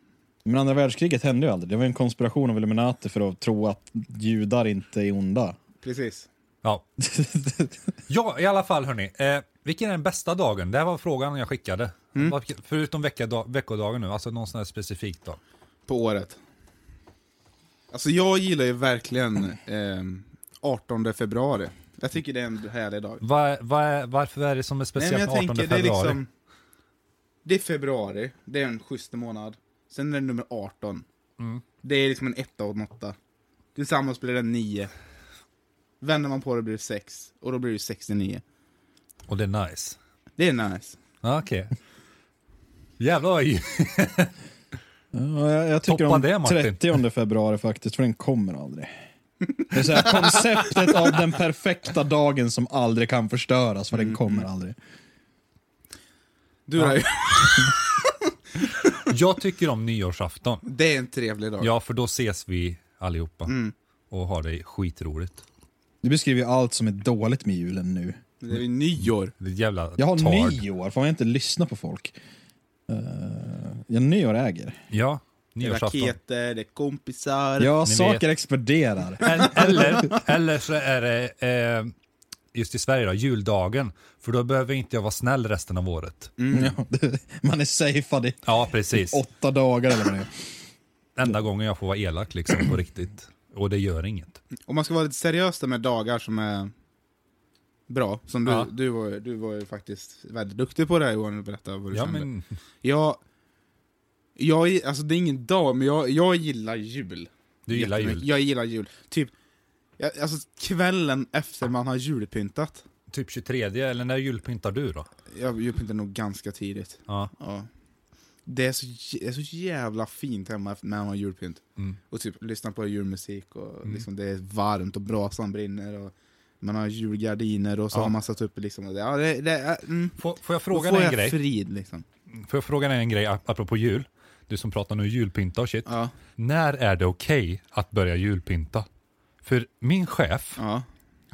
S2: Men andra världskriget hände ju aldrig. Det var ju en konspiration av Illuminati för att tro att judar inte är onda.
S3: Precis.
S1: Ja. ja, i alla fall hörni. Eh, vilken är den bästa dagen? Det här var frågan jag skickade.
S3: Mm.
S1: Vad- Förutom veckodag, veckodagen nu, alltså någon sån här specifik dag.
S3: På året. Alltså jag gillar ju verkligen ehm, 18 februari. Jag tycker det är en härlig dag.
S1: Va, va, varför är det som är
S3: Nej, men
S1: speciellt
S3: jag
S1: med 18
S3: tänker, det
S1: februari?
S3: är liksom... Det är februari, det är en schysst månad. Sen är det nummer 18.
S1: Mm.
S3: Det är liksom en etta och en åtta. Tillsammans blir det en nio. Vänder man på det blir det sex, och då blir det 69.
S1: Och det är nice.
S3: Det är nice.
S1: Ja, Okej. Jävlar vad
S2: Ja, jag, jag tycker
S1: Toppa
S2: om
S1: det, Martin.
S2: 30 februari faktiskt, för den kommer aldrig. Det är så här, konceptet av den perfekta dagen som aldrig kan förstöras, för
S1: Mm,
S2: den kommer aldrig.
S3: Du då?
S1: Jag tycker om nyårsafton.
S3: Det är en trevlig dag.
S1: Ja, för då ses vi allihopa
S3: Mm.
S1: och har det skitroligt.
S2: Du beskriver ju allt som är dåligt med julen nu.
S3: Det är ju nyår.
S1: Det är ett jävla
S2: Jag har
S1: tard.
S2: nyår, får jag inte lyssna på folk? Uh, jag nyår äger.
S1: Ja,
S3: Det är
S1: nyårsafton.
S3: raketer, det är kompisar.
S2: Ja,
S1: ni
S2: saker
S1: vet.
S2: exploderar.
S1: Eller- Eller, eller så är det, eh, just i Sverige då, juldagen. För då behöver inte jag vara snäll resten av året.
S3: Mm.
S2: Ja, det- man är safead i
S1: Ja, Mm. precis.
S2: åtta dagar eller vad det är.
S1: Enda gången jag får vara elak liksom på riktigt. Och det gör inget.
S3: Om man ska vara lite seriös där med dagar som är bra, som du,
S1: Ja.
S3: du, var, ju- du var ju faktiskt väldigt duktig på det här Johan, att berätta vad du
S1: Ja,
S3: kände.
S1: men,
S3: Jag, jag, alltså det är ingen dag, men jag, jag gillar jul.
S1: Du gillar
S3: Jättemycket.
S1: jul.
S3: Jag gillar jul. Typ, jag, alltså kvällen efter man har julpyntat.
S1: typ 23, eller när julpyntar du då?
S3: Jag julpyntar nog ganska tidigt.
S1: Ja.
S3: Ja. Det är så, jä- det är så jävla fint hemma efter- när man har julpynt.
S1: Mm.
S3: Och typ lyssna på julmusik och liksom det är varmt och brasan brinner och man har julgardiner och så
S1: Ja.
S3: har man satt upp liksom. och det- Ja, det, det, är- mm.
S1: Får, får jag
S3: Då
S1: fråga
S3: får
S1: dig en
S3: jag
S1: grej?
S3: frid liksom.
S1: Får jag fråga dig en grej ap- apropå jul? Du som pratar nu julpynta och shit.
S3: Ja.
S1: När är det okej att börja julpynta? För min chef
S3: Ja.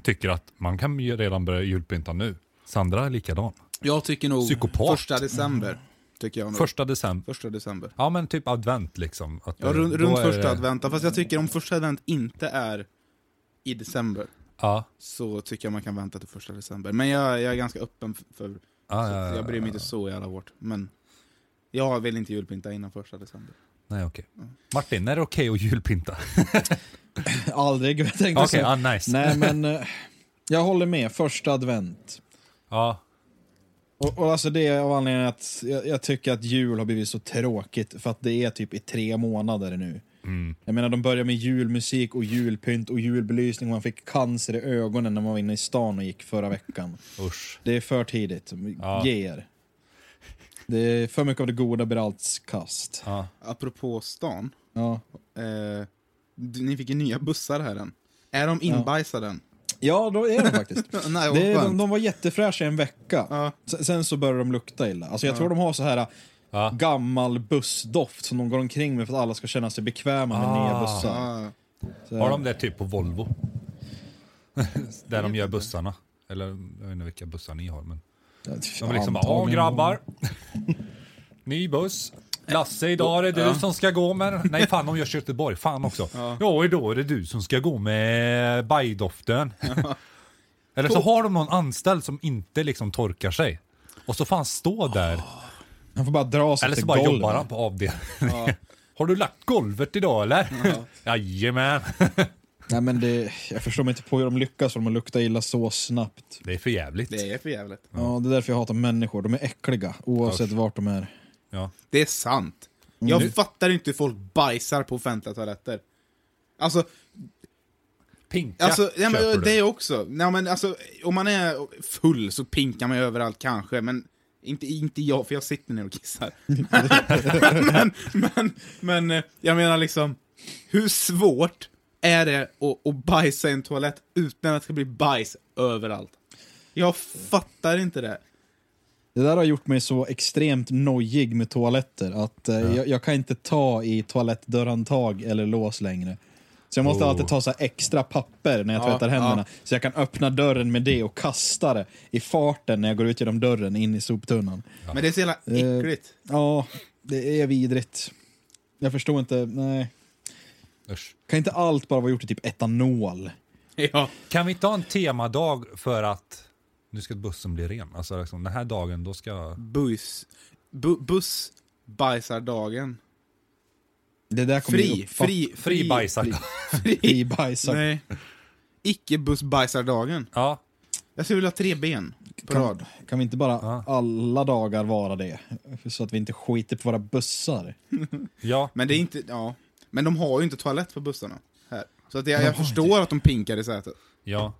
S1: tycker att man kan ju redan börja julpynta nu. Sandra är likadan.
S3: Jag tycker nog
S1: Psykopat.
S3: första december. Tycker jag nog.
S1: Första december.
S3: Första december.
S1: Ja men typ advent liksom. Att
S3: Ja,
S1: det-
S3: runt,
S1: då
S3: runt
S1: är
S3: första
S1: det-
S3: advent. Fast jag tycker om första advent inte är i december
S1: Ja,
S3: så tycker jag man kan vänta till första december. Men jag, jag är ganska öppen f- för
S1: ja,
S3: Så
S1: Ah, ja, ja.
S3: jag bryr mig inte så jävla hårt. Men jag vill inte julpynta innan första december.
S1: Nej okej. Martin, när är det okej att julpynta?
S2: Aldrig. Jag tänkte
S1: Okej,
S2: så.
S1: ah, nice.
S2: Nej, men eh, jag håller med. Första advent.
S1: Ja,
S2: Och, och alltså det är av anledningen att jag, jag tycker att jul har blivit så tråkigt för att det är typ i tre månader nu.
S1: Mm.
S2: Jag menar, de börjar med julmusik och julpynt och julbelysning. Man fick cancer i ögonen när man var inne i stan och gick förra veckan.
S1: usch.
S2: Det är för tidigt.
S1: Ja.
S2: Ge er. Det är för mycket av det goda blir allt kast.
S1: Ja.
S3: Apropå stan.
S2: Ja.
S3: Eh, d- ni fick ju nya bussar här än. Är de inbajsade än?
S2: ja, då är det faktiskt.
S3: Nej, vad
S2: Det, är-
S3: skönt.
S2: de, de var jättefräscha i en vecka.
S3: Ja.
S2: Sen, sen så började de lukta illa. Alltså jag tror de har så här
S1: Ja.
S2: gammal bussdoft som de går omkring med för att alla ska känna sig bekväma med nya bussar.
S3: Ja.
S2: Så-
S1: Ah. Har de det typ på Volvo? Där de gör bussarna. Eller jag vet inte vilka bussar ni har. Men de är liksom bara, "Ja,
S2: Antagligen.
S1: grabbar. Ny buss. Lasse, idag är det du som ska gå med... Nej, fan de görs i Göteborg. Fan också. Ja. idag är det du som ska gå med bajdoften. Eller så har de någon anställd som inte liksom torkar sig. Och så fan
S3: Ah,
S1: stå där.
S2: Han får bara dra sig
S1: Eller
S2: till
S1: så bara
S2: golvet.
S1: jobbar han på avdelningen. Har du lagt golvet idag eller? Jajamän.
S2: Nej, men det, jag förstår mig inte på hur de lyckas för de att lukta illa så snabbt.
S1: Det är för jävligt.
S3: Det är för jävligt.
S2: Ja, det är därför jag hatar människor. De är äckliga oavsett vart de är.
S1: Ja.
S3: Det är sant. Jag fattar inte hur folk bajsar på offentliga toaletter. Alltså,
S1: Pinka
S3: alltså ja,
S1: köper du.
S3: men, det också. Nej, men, alltså, om man är full så pinkar man ju överallt kanske, men inte, inte jag, för jag sitter ner och kissar. men, men, men eh, jag menar liksom, hur svårt är det att, att bajsa i en toalett utan att det ska bli bajs överallt? Jag fattar inte det.
S2: Det där har gjort mig så extremt nojig med toaletter att eh, jag, jag kan inte ta i toalettdörrhandtag eller lås längre. Så jag måste
S1: Oh.
S2: alltid ta så här extra papper när jag
S3: Ja,
S2: tvättar händerna så jag kan öppna dörren med det och kasta det i farten när jag går ut genom dörren in i soptunnan.
S3: Men det är så jävla
S2: Eh,
S3: äckligt.
S2: Ja, det är vidrigt. Jag förstår inte, nej.
S1: Usch.
S2: Kan inte allt bara vara gjort i typ etanol?
S3: Ja.
S1: Kan vi ta en temadag för att nu ska bussen bli ren? Alltså liksom, den här dagen då ska...
S3: Buss. Bu buss bajsar dagen.
S2: Det där kommer ju
S3: Fri,
S2: upp- fuck,
S3: fri,
S1: Fri bajsar.
S2: Fri bajsar.
S3: Nej. Icke buss bajsar dagen.
S1: Ja,
S3: Jag skulle vilja ha tre ben på
S2: Kan,
S3: rad.
S2: kan vi inte bara
S1: Ja.
S2: alla dagar vara det? Så att vi inte skiter på våra bussar.
S1: ja.
S3: Men det är inte, ja. Men de har ju inte toalett på bussarna här. Så att jag, jag förstår att de pinkar i sätet.
S1: ja.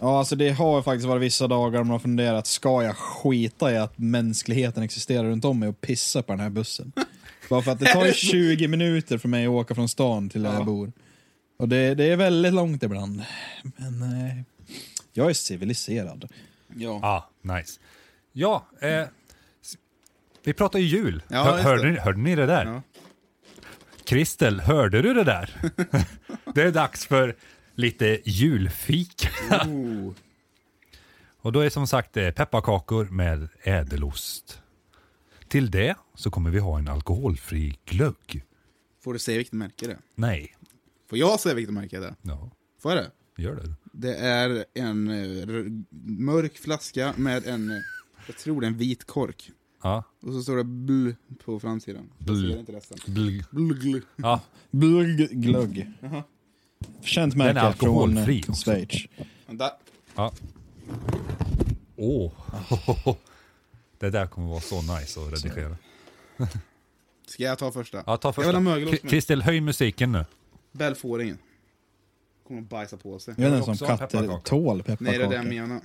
S2: Ja, alltså det har faktiskt varit vissa dagar man har funderat, ska jag skita i att mänskligheten existerar runt om mig och pissa på den här bussen? Bara för att det tar ju 20 minuter för mig att åka från stan till där jag bor. Och det, det är väldigt långt ibland. Men eh, jag är civiliserad.
S3: Ja.
S1: Ah, nice. Ja, eh, s- vi pratar ju jul.
S3: Ja,
S1: Hör,
S3: just
S1: hörde,
S3: det.
S1: ni, hörde ni det där?
S3: Ja.
S1: Kristel, hörde du det där? det är dags för lite julfika.
S3: Oh.
S1: Och då är som sagt eh, pepparkakor med ädelost. Till det så kommer vi ha en alkoholfri glögg.
S3: Får du säga vilket märke det är?
S1: Nej,
S3: Får jag säga vilket märke det är?
S1: ja,
S3: Får jag det?
S1: gör det.
S3: Det är en eh, r- mörk flaska med en, eh, jag tror det är en vit kork.
S1: Ja.
S3: Och så står det bl på framsidan. Jag
S1: Bl.
S3: ser inte resten.
S1: Blg.
S3: Bl, gl.
S1: Ja,
S2: Blugg, glögg. Känt
S1: är
S2: märke från
S1: alkoholfri
S2: eh,
S1: också.
S2: Schweiz.
S3: Vänta.
S1: ja. Åh. Oh. Det där kommer vara så nice att redigera.
S3: Ska jag ta första?
S1: Ja, ta
S3: Jag
S1: första.
S3: vill ha mögelost
S1: Kri-
S3: med.
S1: Kristel, höj musiken nu.
S3: Belforingen. Kommer att bajsa på sig.
S2: Jag vet inte
S1: Jag vill
S2: ens
S1: också
S2: om
S1: ha
S2: katter
S1: pepparkakor.
S2: tål
S3: Nej, det är det jag
S2: pepparkakor.
S3: menar.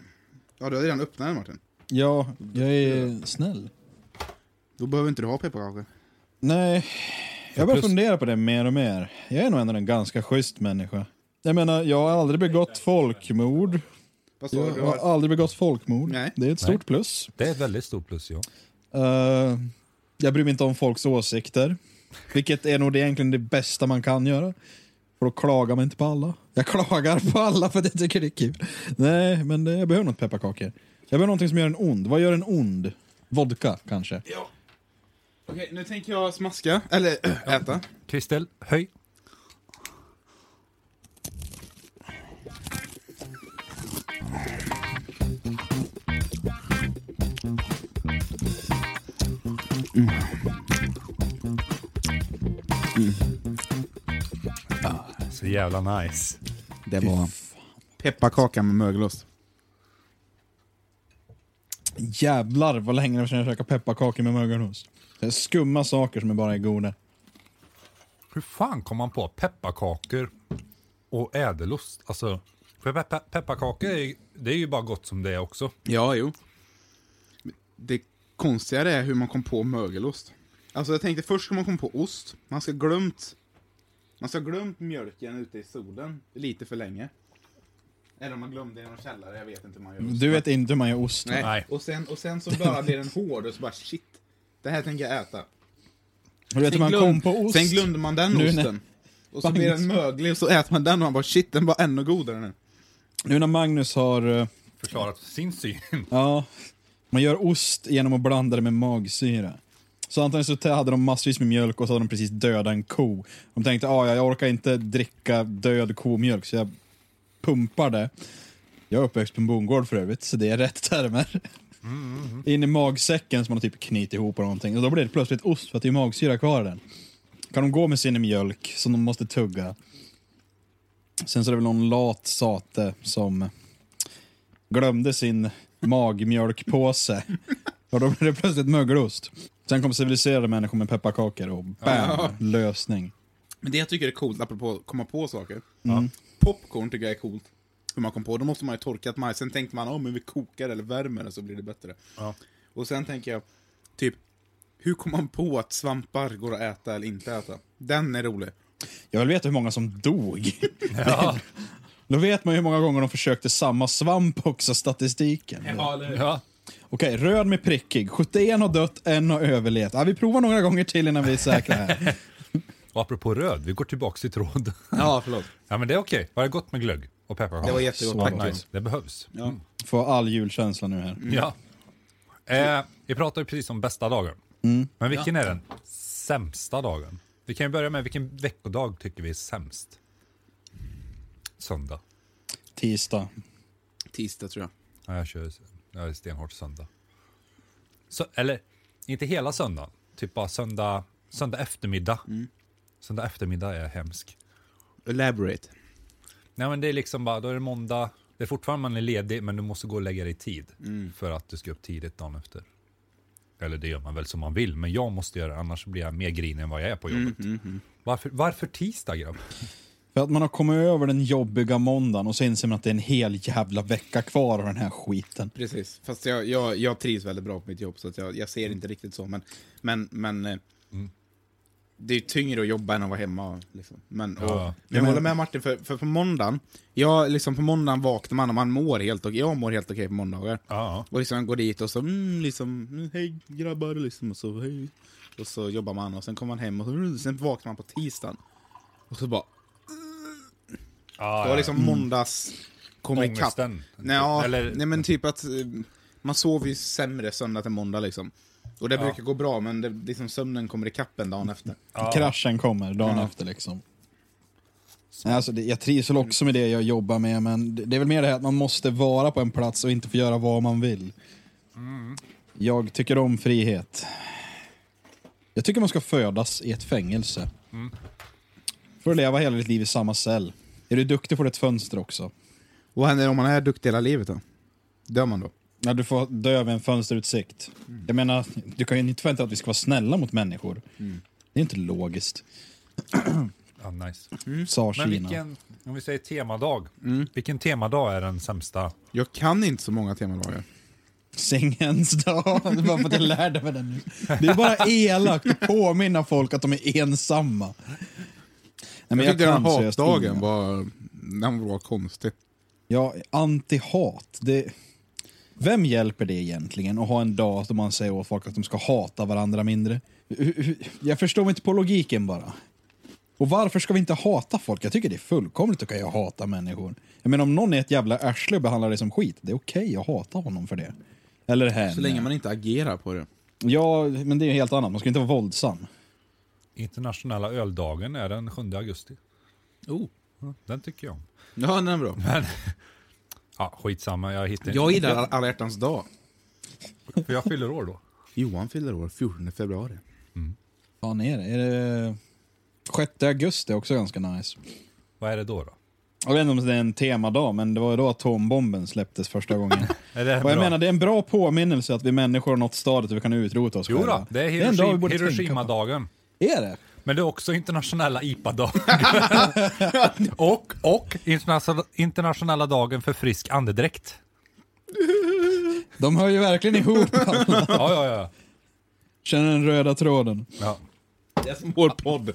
S3: Ja, du har redan öppnat den Martin.
S2: Ja, jag är snäll.
S3: Då behöver inte du ha pepparkakor.
S2: Nej, jag börjar
S1: plus-
S2: fundera på det mer och mer. Jag är nog ändå en ganska schysst människa. Jag menar, jag har aldrig begått folkmord.
S3: Vad sa
S2: Jag
S3: du? du?
S2: har
S3: Har...
S2: aldrig begått folkmord.
S3: Nej.
S2: Det är ett stort plus.
S1: Det är ett väldigt stort plus, ja.
S2: Eh, jag bryr mig inte om folks åsikter. Vilket är nog det egentligen det bästa man kan göra. För då klagar man inte på alla. Jag klagar på alla för att jag tycker det är kul. Nej, men det, jag behöver något pepparkakor. Jag behöver någonting som gör en ond. Vad gör en ond? Vodka, kanske.
S3: Ja. Okej, nu tänker jag smaska, eller äta.
S1: Kristel, höj. Mm. Mm. Ah, Så jävla nice.
S3: Det var pepparkaka med mögelost.
S2: Jävlar vad länge jag sedan jag käkade pepparkakor med mögelost. Det är skumma saker som är bara är goda.
S1: Hur fan kom man på pepparkakor och ädelost? Alltså, för peppa- pepparkakor är ju, det är ju bara gott som det är också.
S3: Ja, jo. Det konstigare är hur man kom på mögelost. Alltså jag tänkte först ska man komma på ost. Man ska ha glömt... Man ska ha glömt mjölken ute i solen lite för länge. Eller om man glömde i någon källare, jag vet inte hur man gör.
S2: Du vet inte hur man gör ost.
S3: Nej.
S1: Nej.
S3: Och, sen, och sen så bara blir den hård och så bara shit. Det här tänker jag äta.
S2: Och du vet hur man kom på ost?
S3: sen glömde man den
S2: Nu när-
S3: osten. Och så blir den möglig och så äter man den och man bara shit, den var ännu godare nu.
S2: Nu när Magnus har... eh,
S1: Förklarat sin syn.
S2: Ja, man gör ost genom att blanda det med magsyra. Så antingen så te- hade de massvis med mjölk och så hade de precis dödat en ko. De tänkte ah, ja, jag orkar inte dricka död komjölk så jag pumpar det. Jag är uppväxt på en bondgård för övrigt, så det är rätt termer. In i magsäcken som man har typ knutit ihop och någonting. Och då blir det plötsligt ost för att det är magsyra kvar i den. Kan de gå med sin mjölk som de måste tugga. Sen så är det väl någon lat sate som glömde sin magmjölkpåse. Och då blev det plötsligt mögelost. Sen kom civiliserade människor med pepparkakor och bam, lösning.
S3: Men det jag tycker är coolt, apropå att komma på saker. Popcorn tycker jag är coolt. Hur man kom på, då måste man ju torkat majsen. Tänkte man, oh, men vi kokar eller värmer det så blir det bättre. Och sen tänker jag, typ, hur kom man på att svampar går att äta eller inte äta? Den är rolig.
S2: Jag vill veta hur många som dog. Då vet man ju hur många gånger de försökte samma svamp också, statistiken.
S1: Ja.
S2: Okej, röd med prickig. 71 har dött, en har överlevt. Ja, vi provar några gånger till innan vi är säkra här.
S1: Och apropå röd, vi går tillbaks till tråd.
S3: Ja, förlåt.
S1: ja men det är okej. Var det gott med glögg och pepparkakor?
S3: Det var jättegott.
S2: så
S3: Tack.
S1: nice. Det behövs. Ja.
S2: Få all julkänsla nu här.
S1: ja. Eh, vi pratade ju precis om bästa dagen.
S3: Mm.
S1: Men vilken är den sämsta dagen? Vi kan ju börja med vilken veckodag tycker vi är sämst? Söndag.
S2: Tisdag.
S3: Tisdag tror jag.
S1: Ja, jag kör jag är stenhårt söndag. Så, eller, inte hela söndagen. Typ bara söndag, söndag eftermiddag.
S3: Mm.
S1: Söndag eftermiddag är hemsk.
S3: Elaborate.
S1: Nej men det är liksom bara, då är det måndag. Det är fortfarande man är ledig men du måste gå och lägga dig i tid. För att du ska upp tidigt dagen efter. Eller det gör man väl som man vill, men jag måste göra det annars blir jag mer grinig än vad jag är på jobbet. Varför, varför tisdag grabb?
S2: För att man har kommit över den jobbiga måndagen och så inser man att det är en hel jävla vecka kvar av den här skiten.
S3: Precis, fast jag, jag, jag trivs väldigt bra på mitt jobb så att jag, jag
S1: Mm.
S3: ser inte riktigt så. Men, men, men eh, det är ju tyngre att jobba än att vara hemma. Liksom. Men, och,
S1: Ja.
S3: men jag håller med Martin, för, för på måndagen, jag, liksom, på måndagen vaknar man och man mår helt okej. Jag mår helt okej på måndagar.
S1: Ja.
S3: Och liksom jag går dit och så, mm, liksom, mm, hej grabbar, liksom, och så hej. Och så jobbar man och sen kommer man hem och så, mm, sen vaknar man på tisdagen. Och så bara,
S1: Ah,
S3: det var liksom måndags... Kom ikapp.
S1: Ångesten.
S3: Nej, ja,
S1: Eller-
S3: nej men typ att eh, man sover ju sämre söndag till måndag liksom. Och det brukar gå bra, men det, liksom, sömnen kommer ikapp en dagen efter.
S2: Kraschen kommer dagen efter liksom. Nej, Alltså, det, jag trivs väl också med det jag jobbar med, men det, det är väl mer det här att man måste vara på en plats och inte få göra vad man vill.
S1: Mm.
S2: Jag tycker om frihet. Jag tycker man ska födas i ett fängelse.
S1: Mm.
S2: För att leva hela ditt liv i samma cell. Är du duktig får du ett fönster också.
S3: Vad händer om man är duktig hela livet då? Dör man då?
S2: När du får dö vid en fönsterutsikt.
S1: Mm.
S2: Jag menar, du kan ju inte förvänta dig att vi ska vara snälla mot människor.
S1: Mm.
S2: Det är inte logiskt.
S1: Ja, nice.
S2: Sa
S1: Mm. Men
S2: Kina.
S1: vilken, om vi säger temadag, vilken temadag är den sämsta?
S3: Jag kan inte så många temadagar.
S2: sängens dag. Det är bara för att jag lärde mig den nu. Det är bara elakt att påminna folk att de är ensamma. Nej,
S3: Men jag, tyckte den
S2: kan seriöst
S3: hatdagen
S2: inga.
S3: var, den var konstig.
S2: Ja, anti-hat. Det... Vem hjälper det egentligen att ha en dag då man säger åt folk att de ska hata varandra mindre? Hur- hur- Jag förstår mig inte på logiken bara. Och varför ska vi inte hata folk? Jag tycker det är fullkomligt okej att hata människor. Jag menar om någon är ett jävla arsle och behandlar dig som skit, det är okej att hata honom för det. Eller henne.
S3: Så länge man inte agerar på det.
S2: Ja, men det är ju helt annat. Man ska inte vara våldsam.
S1: Internationella öldagen är den 7 augusti.
S3: Oh.
S1: Ja, Den tycker jag om.
S3: Ja, den är bra.
S1: Ja, skitsamma, jag hittar
S3: Jag gillar Alla- alla hjärtans dag.
S1: För jag fyller år då.
S3: Johan fyller år 14 februari.
S2: Fan är det? Är det... 6 augusti är också ganska nice.
S1: Vad är det då? då?
S2: Jag vet inte om det är en temadag, men det var ju då atombomben släpptes första gången.
S1: Är det
S2: Och jag
S1: bra?
S2: menar, det är en bra påminnelse att vi människor har nått stadiet där vi kan utrota oss
S1: Jo
S2: själva.
S1: då, det är
S2: en dag vi
S1: Hiroshima,
S2: borde tänka på.
S1: Hiroshima-dagen.
S2: Är det?
S1: Men det är också internationella IPA-dagen. och och internationella, internationella dagen för frisk andedräkt.
S2: De hör ju verkligen ihop alla.
S1: Ja, ja, ja.
S2: Känner den röda tråden.
S1: ja.
S3: Det är som vår podd.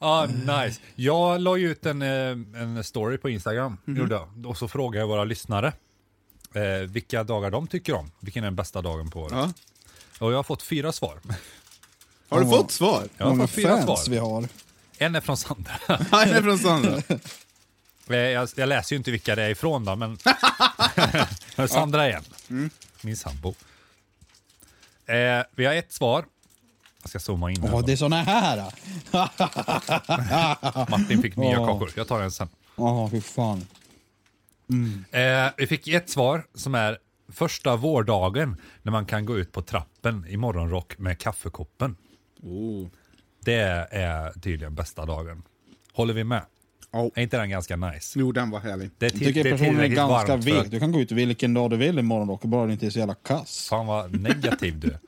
S1: Ah, nice.
S2: Mhm.
S1: Jag la ju ut en, eh, en story på Instagram, gjorde jag. och så frågade jag våra lyssnare eh, vilka dagar de tycker om. Vilken är den bästa dagen på året?
S3: Ja.
S1: Och jag har fått fyra svar.
S3: Har du
S2: Ja.
S3: fått svar?
S1: Jag har
S2: Många
S1: fått fyra
S2: fans
S1: svar.
S2: vi har.
S1: En är från Sandra.
S3: Nej, det är från Sandra.
S1: Eh, jag, jag läser ju inte vilka det är ifrån då, men... Sandra igen.
S2: Mm.
S1: Min sambo. Eh, vi har ett svar. Jag ska zooma in. här.
S2: Åh, det är såna här!
S1: Martin fick nya
S2: Åh.
S1: kakor. Jag tar den sen.
S2: Ja, fy fan.
S1: Eh, vi fick ett svar som är första vårdagen när man kan gå ut på trappen i morgonrock med kaffekoppen.
S3: Oh.
S1: Det är tydligen bästa dagen. Håller vi med?
S3: Ja.
S1: Är inte den ganska nice?
S3: Jo, den var härlig.
S1: Det är,
S2: Jag
S1: till,
S2: tycker
S1: det är
S2: personen är
S1: tillräckligt
S2: ganska
S1: varmt för
S2: vek.
S1: att...
S2: Du kan gå ut vilken dag du vill i morgonrock bara det inte är så jävla kass.
S1: Fan vad negativ du är.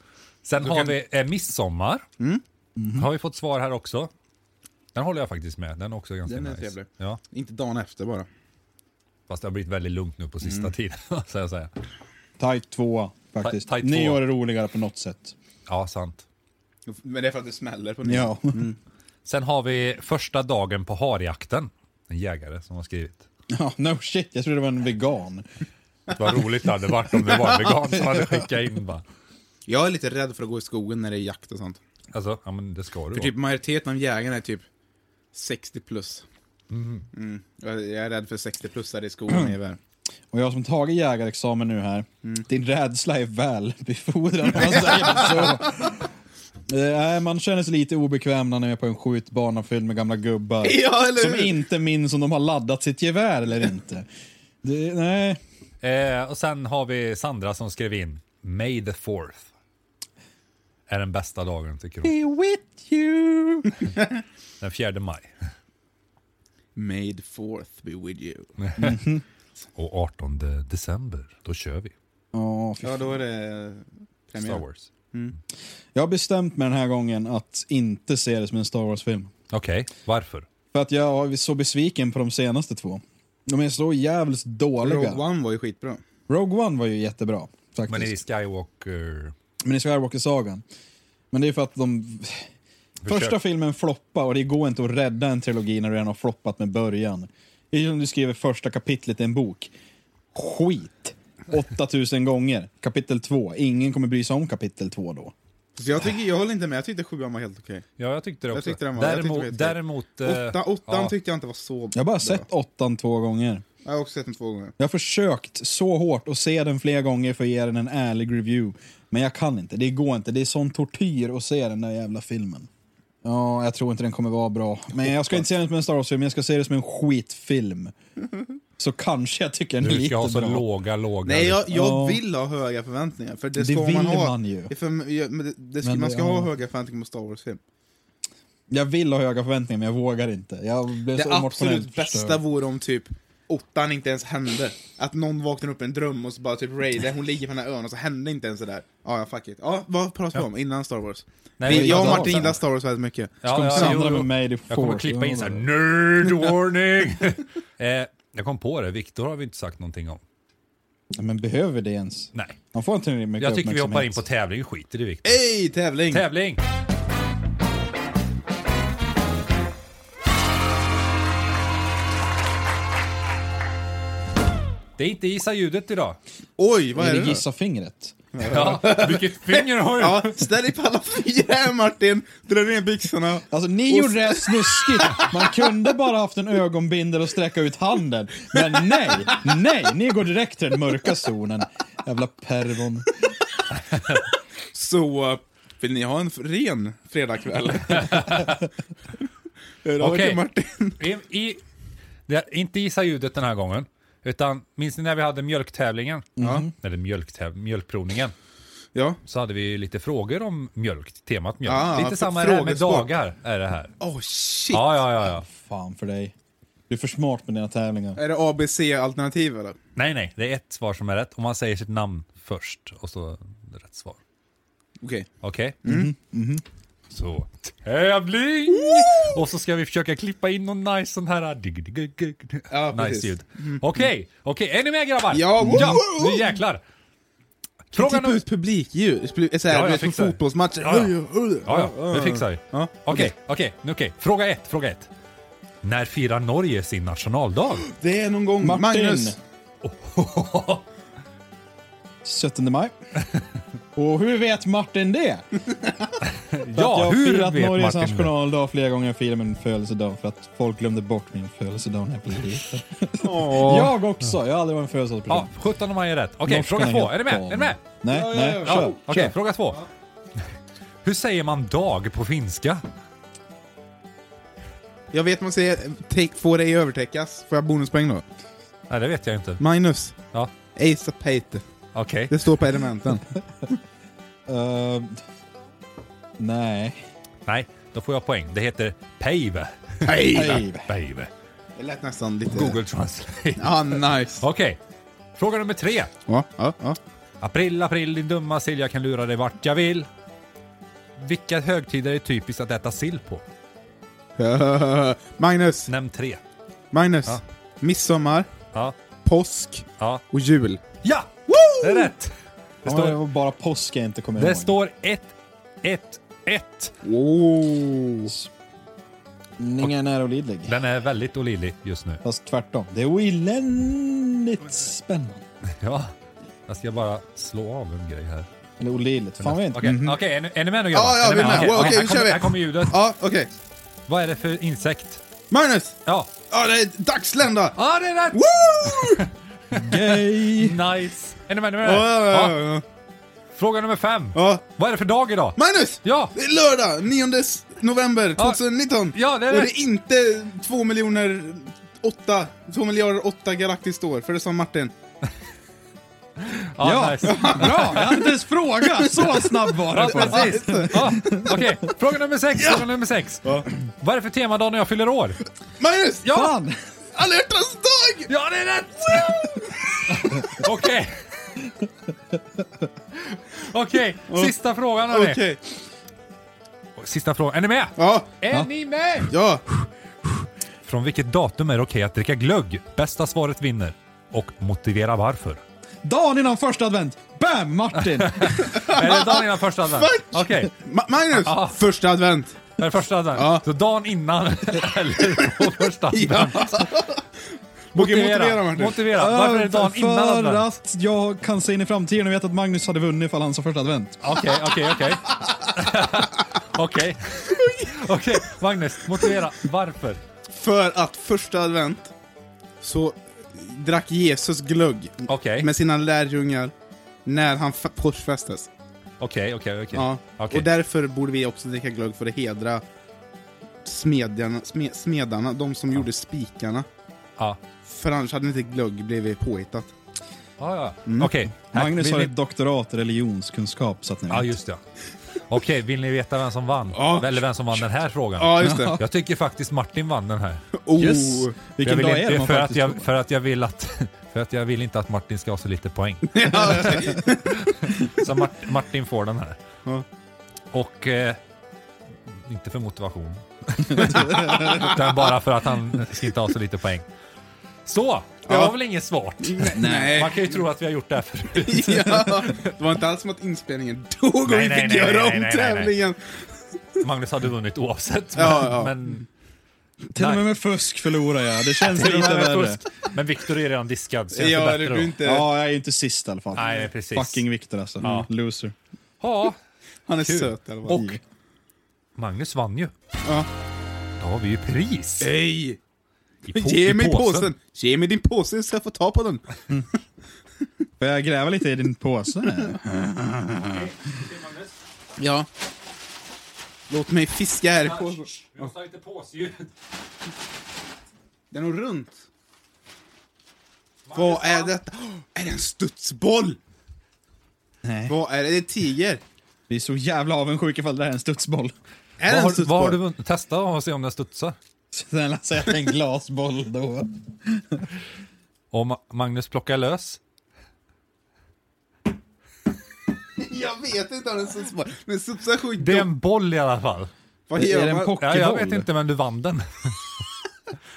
S1: Sen har vi eh, midsommar.
S3: Mm. Mm-hmm.
S1: Har vi fått svar här också. Den håller jag faktiskt med. Den är också ganska
S3: Den är
S1: nice.
S3: trevlig.
S1: Ja,
S3: Inte dagen efter bara.
S1: fast det har blivit väldigt lugnt nu på sista
S3: Mm.
S1: tiden. Så jag säger.
S2: Tight tvåa, faktiskt.
S1: Ta- tight
S2: Ni
S1: tvåa.
S2: gör det roligare på något sätt.
S1: Ja, sant.
S3: Men det är för att det smäller på
S2: Ja.
S1: Sen har vi första dagen på harjakten. En jägare som har skrivit.
S2: ja. No shit, jag trodde det var en vegan.
S1: Vad roligt det hade varit om det var en vegan som hade skickat in bara.
S3: Jag är lite rädd för att gå i skogen när det är jakt och sånt.
S1: Alltså, ja men det ska du
S3: För
S1: vara.
S3: typ majoriteten av jägarna är typ 60 plus. Mm. Jag jag är rädd för 60-plussare i skogen i världen.
S2: Och jag som tagit jägarexamen nu här, din rädsla är väl befordrad om man säger det så. Eh, nej, man känner sig lite obekväm när man är på en skjutbana fylld med gamla gubbar.
S3: Ja, eller
S2: som
S3: hur?
S2: inte minns om de har laddat sitt gevär eller inte. Det, nej.
S3: typ-
S1: Eh, och sen har vi Sandra som skrev in May the fourth. Är den bästa dagen tycker hon.
S2: Be with you.
S1: Den 4 maj.
S3: Made forth be with you.
S1: Och 18 december, då kör vi.
S2: Åh, fy
S3: Ja, då är det premiär.
S1: Star Wars.
S2: Jag har bestämt mig den här gången att inte se det som en Star Wars-film.
S1: Okej, varför?
S2: För att jag är så besviken på de senaste två. De är så jävligt dåliga.
S3: Rogue
S2: Rogue One,
S3: One var ju skitbra.
S2: var ju jättebra, faktiskt.
S1: Men i Skywalker...
S2: Men i Skywalker-sagan. Men det är för att de...
S1: Försök.
S2: Första filmen floppar och det går inte att rädda en trilogi när du redan har floppat med början. Det är som du skriver första kapitlet i en bok. Skit! 8000 gånger. Kapitel 2. Ingen kommer bry sig om kapitel 2 då.
S3: Så jag, tycker, jag håller inte med, jag tyckte sjuan var helt okej.
S1: Ja, jag tyckte det också.
S3: Jag tyckte den var- jag
S1: däremot...
S3: tyckte det
S1: däremot eh,
S3: Åtta, åttan
S1: ja.
S3: tyckte jag inte var så bra.
S2: Jag har bara sett åttan två gånger.
S3: Jag har också sett den två gånger.
S2: Jag har försökt så hårt att se den flera gånger för att ge den en ärlig review. Men jag kan inte, det går inte. Det är sån tortyr att se den där jävla filmen. Ja, jag tror inte den kommer vara bra. Men jag ska inte se den som en Star Wars-film, jag ska se den som en skitfilm. Så kanske jag tycker den är
S1: Du
S2: lite
S1: ska ha så
S2: bra.
S1: låga, låga...
S3: Nej, jag, jag
S2: Ja.
S3: vill ha höga förväntningar. För det,
S2: Det
S3: ska
S2: vill
S3: man, ha.
S2: man ju.
S3: Det är För, ja, men det, det ska,
S2: Men
S3: man
S2: det-
S3: ska ha
S2: ja.
S3: höga förväntningar på Star Wars-film.
S2: Jag vill ha höga förväntningar, men jag vågar inte. Jag blev
S3: Det
S2: så
S3: absolut
S2: emotionellt
S3: bästa
S2: förstörd.
S3: vore om typ åttan inte ens hände. Att någon vaknar upp i en dröm och så bara typ Ray, där hon ligger på den här ön och så hände inte ens det där. Ja, ja, fuck it. Ja, vad pratar vi om innan Star Wars?
S1: Nej,
S3: Vi,
S1: men-
S3: jag och
S2: jag-
S3: Martin gillar Star Wars väldigt mycket.
S1: Ja,
S2: Kom
S1: ja,
S2: Sandra
S1: jo, jo.
S2: med mig, det är
S1: Jag kommer
S2: force.
S1: klippa in så här nerd warning. eh, jag kom på det, Viktor har vi inte sagt någonting om.
S2: Ja, Men behöver vi det ens?
S1: Nej.
S2: Man får inte mycket
S1: Jag tycker vi hoppar in på
S2: uppmärksamhet.
S1: tävling, skiter i Viktor.
S3: Hej, tävling!
S1: Tävling! Det är inte gissa ljudet idag.
S3: Oj, vad är
S2: Är
S3: det
S2: det
S3: då?
S2: gissa fingret?
S1: Ja, vilket finger har du?
S3: Ja, ställ dig på alla fyra här Martin! Dra ner byxorna.
S2: Alltså ni gjorde det här snuskigt. Man kunde bara haft en ögonbindel och sträcka ut handen. Men nej, nej, ni går direkt till den mörka zonen. Jävla pervon.
S3: Så, eh, vill ni ha en f- ren fredagkväll? Hör av er till
S1: Okej.
S3: Martin.
S1: I, i, det är inte gissa ljudet den här gången. Utan, minns ni när vi hade mjölktävlingen?
S3: Mm.
S1: Eller mjölktäv- mjölkprovningen.
S3: Ja.
S1: så hade vi ju lite frågor om mjölk, temat mjölk.
S3: Ah,
S1: lite
S3: för-
S1: samma är det här med
S3: frågesport.
S1: dagar. Är det här.
S3: Åh oh, shit.
S1: Ja, ja, ja, ja.
S2: Fan för dig. Du är för smart med dina tävlingar.
S3: Är det ABC-alternativ eller?
S1: Nej, nej, det är ett svar som är rätt. Om man säger sitt namn först och så rätt svar.
S3: Okej.
S1: Okej? Mm. Så, tävling! Och så ska vi försöka klippa in någon nice sån här... äh, Dig, dig, dig, dig, dig.
S3: Ja, precis.
S1: nice ljud. Okej, okej, är ni med grabbar?
S3: Ja, woo,
S1: ja
S3: woo, woo.
S1: nu jäklar.
S3: Frågan
S1: Frågan
S3: Klippa
S1: om...
S3: ut publikljud. Spl- Så här,
S1: Ja,
S3: du
S1: jag
S3: vet, på
S1: fixar det.
S3: fotbollsmatcher.
S1: Ja, ja.
S3: Oj, oj, oj.
S1: Ja, ja, det fixar vi.
S3: Ja,
S1: Okej, okej, nu okej. Fråga ett, fråga ett. När firar Norge sin nationaldag?
S3: Det är någon gång.
S2: Martin.
S3: Magnus.
S2: 17 maj. Och hur vet Martin det?
S1: Ja,
S2: jag har
S1: hur
S2: firat
S1: vet
S2: Norges
S1: Martin det?
S2: nationaldag flera gånger. Jag firar min födelsedag för att folk glömde bort min födelsedag när jag blev liten. Jag också. Jag har aldrig varit en födelsedagsperson.
S1: Ja, 17 maj är rätt. Okej,
S2: Norskan
S1: fråga två.
S2: helt
S1: Är du med?
S2: galen.
S1: Är du med?
S2: Nej,
S3: Ja, ja,
S2: nej.
S3: ja.
S1: Ja,
S2: Kör.
S1: Okej, fråga två. Hur säger man dag på finska?
S3: Jag vet man säger take, får ej övertäckas. Får jag bonuspoäng då?
S1: Nej, det vet jag inte.
S3: Minus.
S1: Ja,
S3: Ace of Pate.
S1: okej.
S3: Det står på elementen.
S2: Eh, nej.
S1: Nej, då får jag poäng. Det heter Pave.
S3: Hej!
S2: Hej.
S1: Pave.
S3: Det lät nästan lite...
S1: Google Translate.
S3: Ja, nice.
S1: Okej, fråga nummer tre.
S3: Ja, ja, ja.
S1: April, april, din dumma sill, jag kan lura dig vart jag vill. Vilka högtider är typiskt att äta sill på?
S3: Magnus,
S1: Nämn tre.
S3: Magnus.
S1: Ja.
S3: Midsommar,
S1: Ja,
S3: påsk
S1: ja.
S3: och jul.
S1: Ja! Det är rätt! Det
S2: Det
S1: står-
S2: var bara påsk jag inte kommer
S1: Det
S2: ihåg.
S1: står 1, 1, 1.
S3: Oh.
S2: Ningen är olidlig.
S1: Den är väldigt olidlig just nu.
S2: Fast tvärtom. Det är olidligt spännande.
S1: Ja. Jag ska bara slå av en grej här.
S2: Eller olidligt. Fan vet
S1: Okej,
S2: inte.
S1: okej, är, ni- är ni med nu grabbar?
S3: Mhm. Ja, ja,
S1: Är ni
S3: vi är
S1: Okej,
S3: med. Wow,
S1: okej,
S3: Okej,
S1: här
S3: nu
S1: kommer-
S3: kör vi.
S1: Här kommer ljudet.
S3: Ja, okej.
S1: Vad är det för insekt?
S3: Magnus!
S1: Ja.
S3: Ja, det är dagslända!
S1: Ja, det är rätt!
S3: Woo!
S2: Gay!
S1: Nice! Är ni med? Är ni med?
S3: Ja, ja, ja,
S1: Ja.
S3: ja.
S1: Fråga nummer fem.
S3: Ja.
S1: Vad är det för dag idag?
S3: Magnus!
S1: Ja.
S3: Det är lördag, 9 s- november
S1: Ja.
S3: 2019.
S1: Ja, det är
S3: Och
S1: det.
S3: det är inte 2 miljoner 8, 2 miljarder 8 galaktiskt år, för det sa Martin.
S1: Ja, nice.
S2: Bra! Jag hade inte ens frågat. Så snabb var
S1: Ja,
S2: det. fan.
S1: precis. Ja, Okej, fråga nummer sex. Fråga nummer sex. Vad är det för temadag när jag fyller år?
S3: Magnus!
S1: Ja!
S2: Fan!
S3: Alla hjärtans dag!
S1: Ja, det är rätt! Okej. Okej, sista frågan hörni.
S3: Okej.
S1: Sista frågan. Är ni med?
S3: Ja.
S1: Är ni med?
S3: Ja.
S1: Från vilket datum är det okej att dricka glögg? Bästa svaret vinner. Och motivera varför.
S2: Dagen innan första advent. Bam! Martin!
S1: Är det dagen innan första advent?
S3: Fuck!
S1: Okej,
S3: Ma- Magnus!
S1: Ja.
S3: Första advent.
S1: är det första advent?
S3: Ja.
S1: Så dagen innan eller på första advent?
S3: Ja. Okej, motivera
S1: Motivera,
S3: Martin.
S1: motivera. Varför är det dagen
S2: för
S1: innan
S2: för
S1: advent?
S2: att jag kan se in i framtiden och vet att Magnus hade vunnit ifall han sa första advent.
S1: Okej, okej, okej. Okej. Okej, Magnus, motivera varför.
S3: För att första advent så drack Jesus glögg
S1: Okej.
S3: med sina lärjungar när han fa- korsfästes.
S1: Okej, okej, okej.
S3: Ja.
S1: Okej.
S3: Och därför borde vi också dricka glögg för att hedra smedjarna, sme, smedarna, de som gjorde spikarna.
S1: Ja.
S3: För annars hade inte glögg blivit påhittat.
S1: Ja, ja.
S3: Mm.
S1: Okej. Här-
S2: Magnus
S1: vill
S2: har
S1: ni-
S2: ett doktorat i religionskunskap så att ni
S1: Ja,
S2: vet.
S1: just det. Okej, vill ni veta vem som vann?
S3: Ja.
S1: Eller vem som vann den här frågan?
S3: Ja, just det.
S1: Jag tycker faktiskt Martin vann den här.
S3: Oh.
S2: Yes. Vilken
S1: jag vill
S2: dag är det man
S1: för att
S2: faktiskt
S1: jag,
S2: tror?
S1: för att jag vill att... För att jag vill inte att Martin ska ha så lite poäng. så Mart, Martin får den här.
S3: Ja.
S1: Och... Eh, inte för motivation. Utan bara för att han ska inte ha så lite poäng. Så! Det
S3: Ja.
S1: var väl inget svårt?
S3: Nej.
S1: Man kan ju tro att vi har gjort det här förut.
S3: ja. Det var inte alls som att inspelningen dog och
S1: Nej,
S3: vi
S1: nej,
S3: fick
S1: nej, nej,
S3: göra om
S1: nej, nej, nej.
S3: tävlingen.
S1: Magnus hade vunnit oavsett. Men,
S3: Ja, ja.
S1: men
S2: Till och med med fusk förlorar jag. Det känns
S1: Till och
S2: lite
S1: med med
S2: värre.
S1: fusk. Men Viktor är redan diskad, så jag
S3: Ja,
S1: är
S3: det
S1: inte
S3: blir
S1: bättre då.
S3: inte...
S2: Ja, jag är ju inte sist i alla fall.
S1: Nej, precis.
S2: Fucking Viktor alltså.
S1: Ja.
S2: Loser.
S1: Ja,
S3: Han är
S1: kul.
S3: söt i alla fall.
S1: och Magnus vann ju.
S3: Ja.
S1: Då har vi ju pris.
S3: Hej!
S1: I på-
S3: Ge
S1: i
S3: mig påsen! Ge mig din påse så jag får ta på den.
S2: Får jag gräva lite i din påse?
S3: Ja. Låt mig fiska här i påsen.
S1: Vi måste ha lite påsljud.
S3: Det är nog runt. Vad är detta? Åh, Är det en studsboll?
S2: Nej.
S3: Vad är det? Det är tiger.
S2: Vi är så jävla avundsjuka ifall det här är en studsboll.
S3: Är det
S1: Vad
S3: en
S1: har,
S3: studsboll?
S1: vad har du vunnit? Testa och se om den studsar.
S2: Snälla säg att det är en glasboll då.
S1: Och Ma- Magnus plockar lös.
S3: Jag vet inte om det är en studsboll. Men studsar skit.
S1: Det är en boll i alla fall.
S3: Vad
S2: Är
S3: gör
S2: det en
S3: man?
S1: Ja, jag
S2: hockeyboll?
S1: vet inte, men du vann den.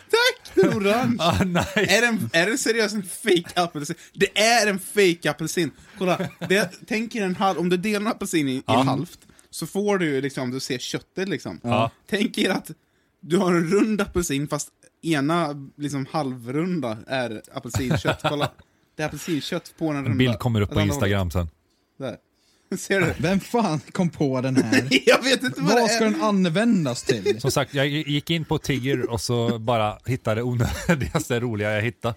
S3: Tack! Den är orange.
S1: ah, nice.
S3: Är den, är den seriöst en fake apelsin? Det är en fake apelsin! Kolla, det, tänk er en halv, om du delar en apelsin i, i halvt, så får du liksom, du ser köttet liksom.
S1: Ja.
S3: Tänk er att du har en rund apelsin fast ena liksom halvrunda är apelsinkött, kolla. Det är apelsinkött på den
S1: En bild kommer upp på Instagram sen.
S3: Där. Ser du?
S2: Vem fan kom på den här?
S3: Jag vet inte vad,
S2: Vad
S3: det
S2: ska
S3: är.
S2: den användas till?
S1: Som sagt, jag gick in på Tigger och så bara hittade det onödigaste roliga jag hittade.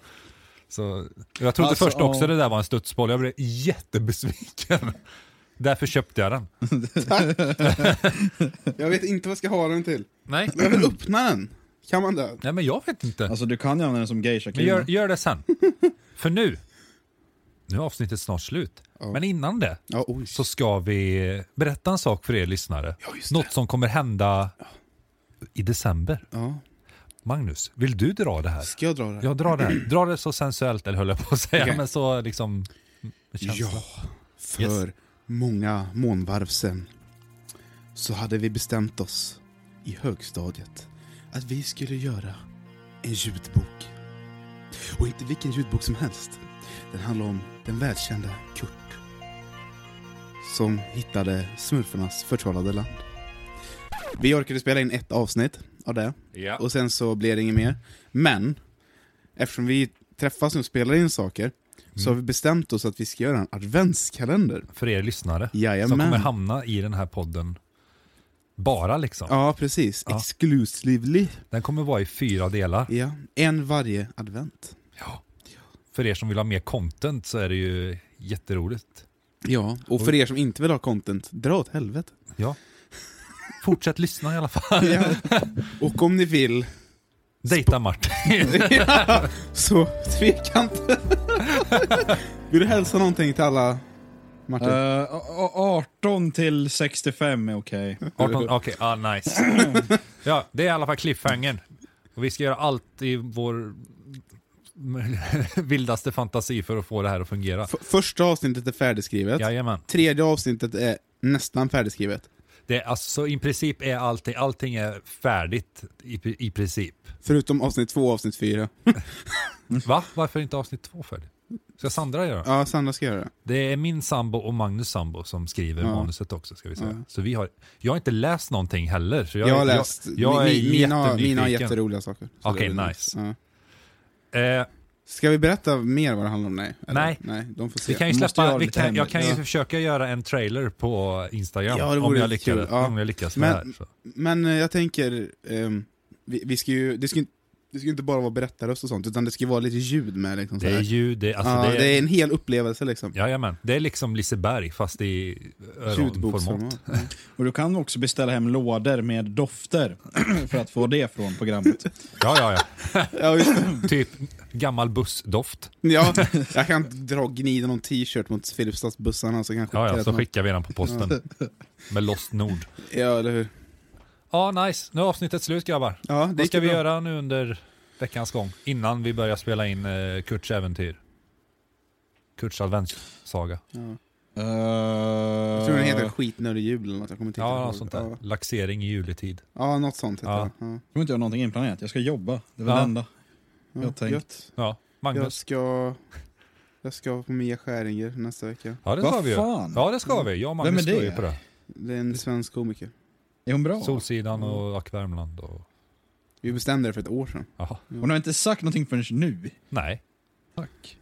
S1: Så, jag trodde
S2: Alltså,
S1: först också
S2: ja.
S1: det där var en studsboll. Jag blev jättebesviken. Därför köpte jag den.
S3: Jag vet inte vad jag ska ha den till.
S1: Nej,
S3: Men jag vill öppna den. Kan man det?
S1: Nej men jag vet inte.
S2: Alltså du kan ju använda den som geisha
S1: Men gör, gör det sen. För nu, nu är avsnittet snart slut. Men innan det
S3: Ja, oj.
S1: så ska vi berätta en sak för er lyssnare.
S3: just det.
S1: Något som kommer hända i december.
S3: Ja.
S1: Magnus, vill du dra det här?
S3: Ska jag dra den?
S1: Jag drar det här. Dra det så sensuellt, eller höll jag på att säga,
S3: Okej.
S1: men så liksom... med känsla.
S3: Ja, för många månvarv sen så hade vi bestämt oss i högstadiet att vi skulle göra en ljudbok. Och inte vilken ljudbok som helst. Den handlar om den välkända Kurt. Som hittade smurfarnas förtrollade land. Vi orkade spela in ett avsnitt av det.
S1: Ja.
S3: Och sen så blev det inget mer. Men, eftersom vi träffas nu och spelar in saker, så har vi bestämt oss att vi ska göra en adventskalender.
S1: För er lyssnare som
S3: Jajamän.
S1: kommer hamna i den här podden. Bara liksom.
S3: Ja, precis.
S1: Ja.
S3: Exclusively.
S1: Den kommer vara i fyra delar.
S3: Ja. En varje advent.
S1: För er som vill ha mer content så är det ju jätteroligt.
S3: Ja, och för er som inte vill ha content, dra åt helvete.
S1: Ja. Fortsätt lyssna i alla fall.
S3: Ja. och om ni vill,
S1: Dejta Martin.
S3: så tveka inte. vill du hälsa någonting till alla, Martin?
S2: Eh, a- a- 18 till 65 är okej.
S1: 18, okej, ah, nice. Ja, det är i alla fall cliffhangern. Och vi ska göra allt i vår vildaste fantasi för att få det här att fungera.
S3: F- första avsnittet är färdigskrivet.
S1: Jajamän.
S3: Tredje avsnittet är nästan färdigskrivet.
S1: Det är alltså, I princip är allting, allting är färdigt i, pri- i princip.
S3: Förutom avsnitt två och avsnitt fyra.
S1: Va? Varför är inte avsnitt två färdigt? Ska Sandra göra?
S3: Mm. Ja, Sandra ska göra det.
S1: Det är min sambo och Magnus sambo som skriver manuset också. ska vi säga. Så vi har, jag har inte läst någonting heller. Så jag,
S3: Jag har läst.
S1: Jag, jag är
S3: mi- mi- mina,
S1: jättenyfiken.
S3: mina har jätteroliga saker. Så
S1: Okej,
S3: det är
S1: nice.
S3: Ja.
S1: Eh,
S3: Ska vi berätta mer vad det handlar om? Nej. eller?
S1: Nej.
S3: Nej de får se.
S1: Vi kan ju
S2: Måste jag
S1: släppa,
S2: ha
S1: vi
S2: lite
S1: kan, jag
S2: hemligt?
S1: kan ju
S3: Ja.
S1: försöka göra en trailer på Instagram
S3: Ja, det
S1: om,
S3: vore
S1: jag
S3: lite kul.
S1: lyckas,
S3: Ja.
S1: om jag lyckas med
S3: Men-
S1: det här. Så.
S3: Men eh, jag tänker, ehm, vi, vi ska ju, det ska ju inte- det ska ju inte bara vara berättarröst och sånt, utan det ska ju vara lite ljud med. Liksom, så
S1: Det är
S3: här.
S1: ljud, det, alltså,
S3: ja,
S1: det, är,
S3: en hel upplevelse liksom.
S1: jajamän, det är liksom Liseberg fast i öronformat.
S3: Ljudboksformat. Ja.
S2: Och du kan också beställa hem lådor med dofter för att få det från programmet.
S1: Ja, ja,
S3: Ja, just det.
S1: ja. Typ gammal bussdoft.
S3: ja, jag kan dra och gnida någon t-shirt mot Filipstadsbussarna så kanske
S1: Ja, ja, så skickar vi den på posten med Lost Nord.
S3: ja, eller hur?
S1: Ja, nice. Nu är avsnittet slut grabbar.
S3: Ja, det
S1: Vad
S3: gick
S1: ska
S3: ju
S1: vi
S3: bra.
S1: göra nu under veckans gång innan vi börjar spela in eh, Kurts äventyr? Kurts adventssaga.
S2: Eh,
S3: Jag tror den heter Skitnödig jul eller något, jag kommer inte
S1: Ja,
S3: ihåg.
S1: något sånt där.
S3: Ja.
S1: Laxering i juletid.
S3: ja, något sånt heter
S1: Ja.
S3: det. Ja.
S2: Jag tror inte jag har någonting inplanerat. Jag ska jobba. Det är väl
S1: Ja.
S2: det enda.
S3: Ja,
S2: Jag tänkt.
S3: gött.
S1: Ja,
S3: Jag
S1: Magnus.
S3: ska... Jag ska på Mia Skäringer nästa vecka.
S1: Ja, det
S2: Vad
S1: ska vi ju.
S2: fan?
S1: Ja, det ska vi. Jag och
S2: Vem
S1: Magnus
S2: är
S1: ska
S2: det?
S1: ju på det.
S3: Det är en svensk komiker.
S2: Är hon bra?
S1: Solsidan och Ack Värmland och...
S3: Vi bestämde det för ett år sedan.
S1: Jaha.
S2: Hon har inte sagt någonting förrän nu.
S1: Nej.
S2: Tack.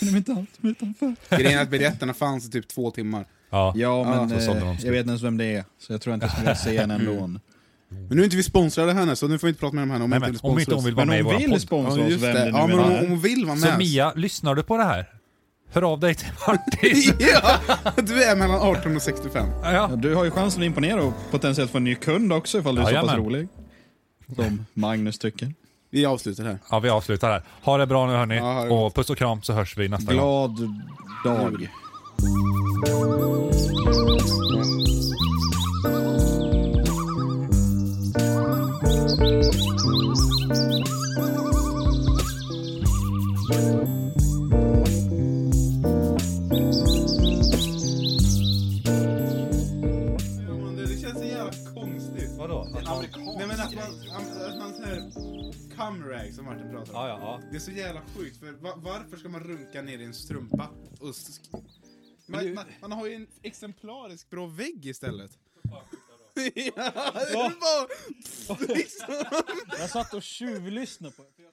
S2: Hon är inte allt med utanför.
S3: Grejen är att biljetterna fanns i typ två timmar.
S1: Ja.
S2: Ja, men
S1: så
S2: eh,
S1: sålde de
S2: jag
S1: slut.
S2: vet inte ens vem det är, så jag tror inte jag skulle vilja se henne ändå.
S3: Men nu är inte vi sponsrade henne, så nu får vi inte prata med dem henne om
S1: Nej,
S3: inte
S1: men,
S3: vill
S1: om
S3: sponsra
S1: inte hon
S3: oss.
S1: vill vara
S2: Men
S1: med i
S2: hon
S1: vår
S2: vill
S1: podd.
S2: sponsra
S3: Ja,
S2: oss,
S3: just
S2: vem
S3: det.
S2: det nu
S3: Ja,
S2: än
S3: men om om
S2: är.
S3: hon vill vara med.
S1: Så Mia, lyssnar du på det här? Hör av dig till Martin.
S3: ja, du är mellan 18 och 65.
S1: Ja,
S2: Ja,
S1: ja.
S2: Du har ju chansen att imponera och potentiellt få en ny kund också ifall du är så pass
S1: Jajamän.
S2: rolig. Som Magnus tycker.
S3: Vi avslutar här.
S1: ja, vi avslutar här. Ha det bra nu hörni.
S3: Ja, ha det
S1: och puss och kram så hörs vi nästa gång.
S2: Glad dag.
S3: Det känns så jävla konstigt.
S1: Vadå?
S3: Nej men att man, att man såhär... Cumrag som Martin pratar om.
S1: Ja, ja, ja.
S3: Det är så jävla sjukt, för va- varför ska man runka ner i en strumpa? Och sk- man, man, man har ju en exemplarisk bra vägg istället. ja, det är bara...
S2: Jag satt och tjuvlyssnade på det.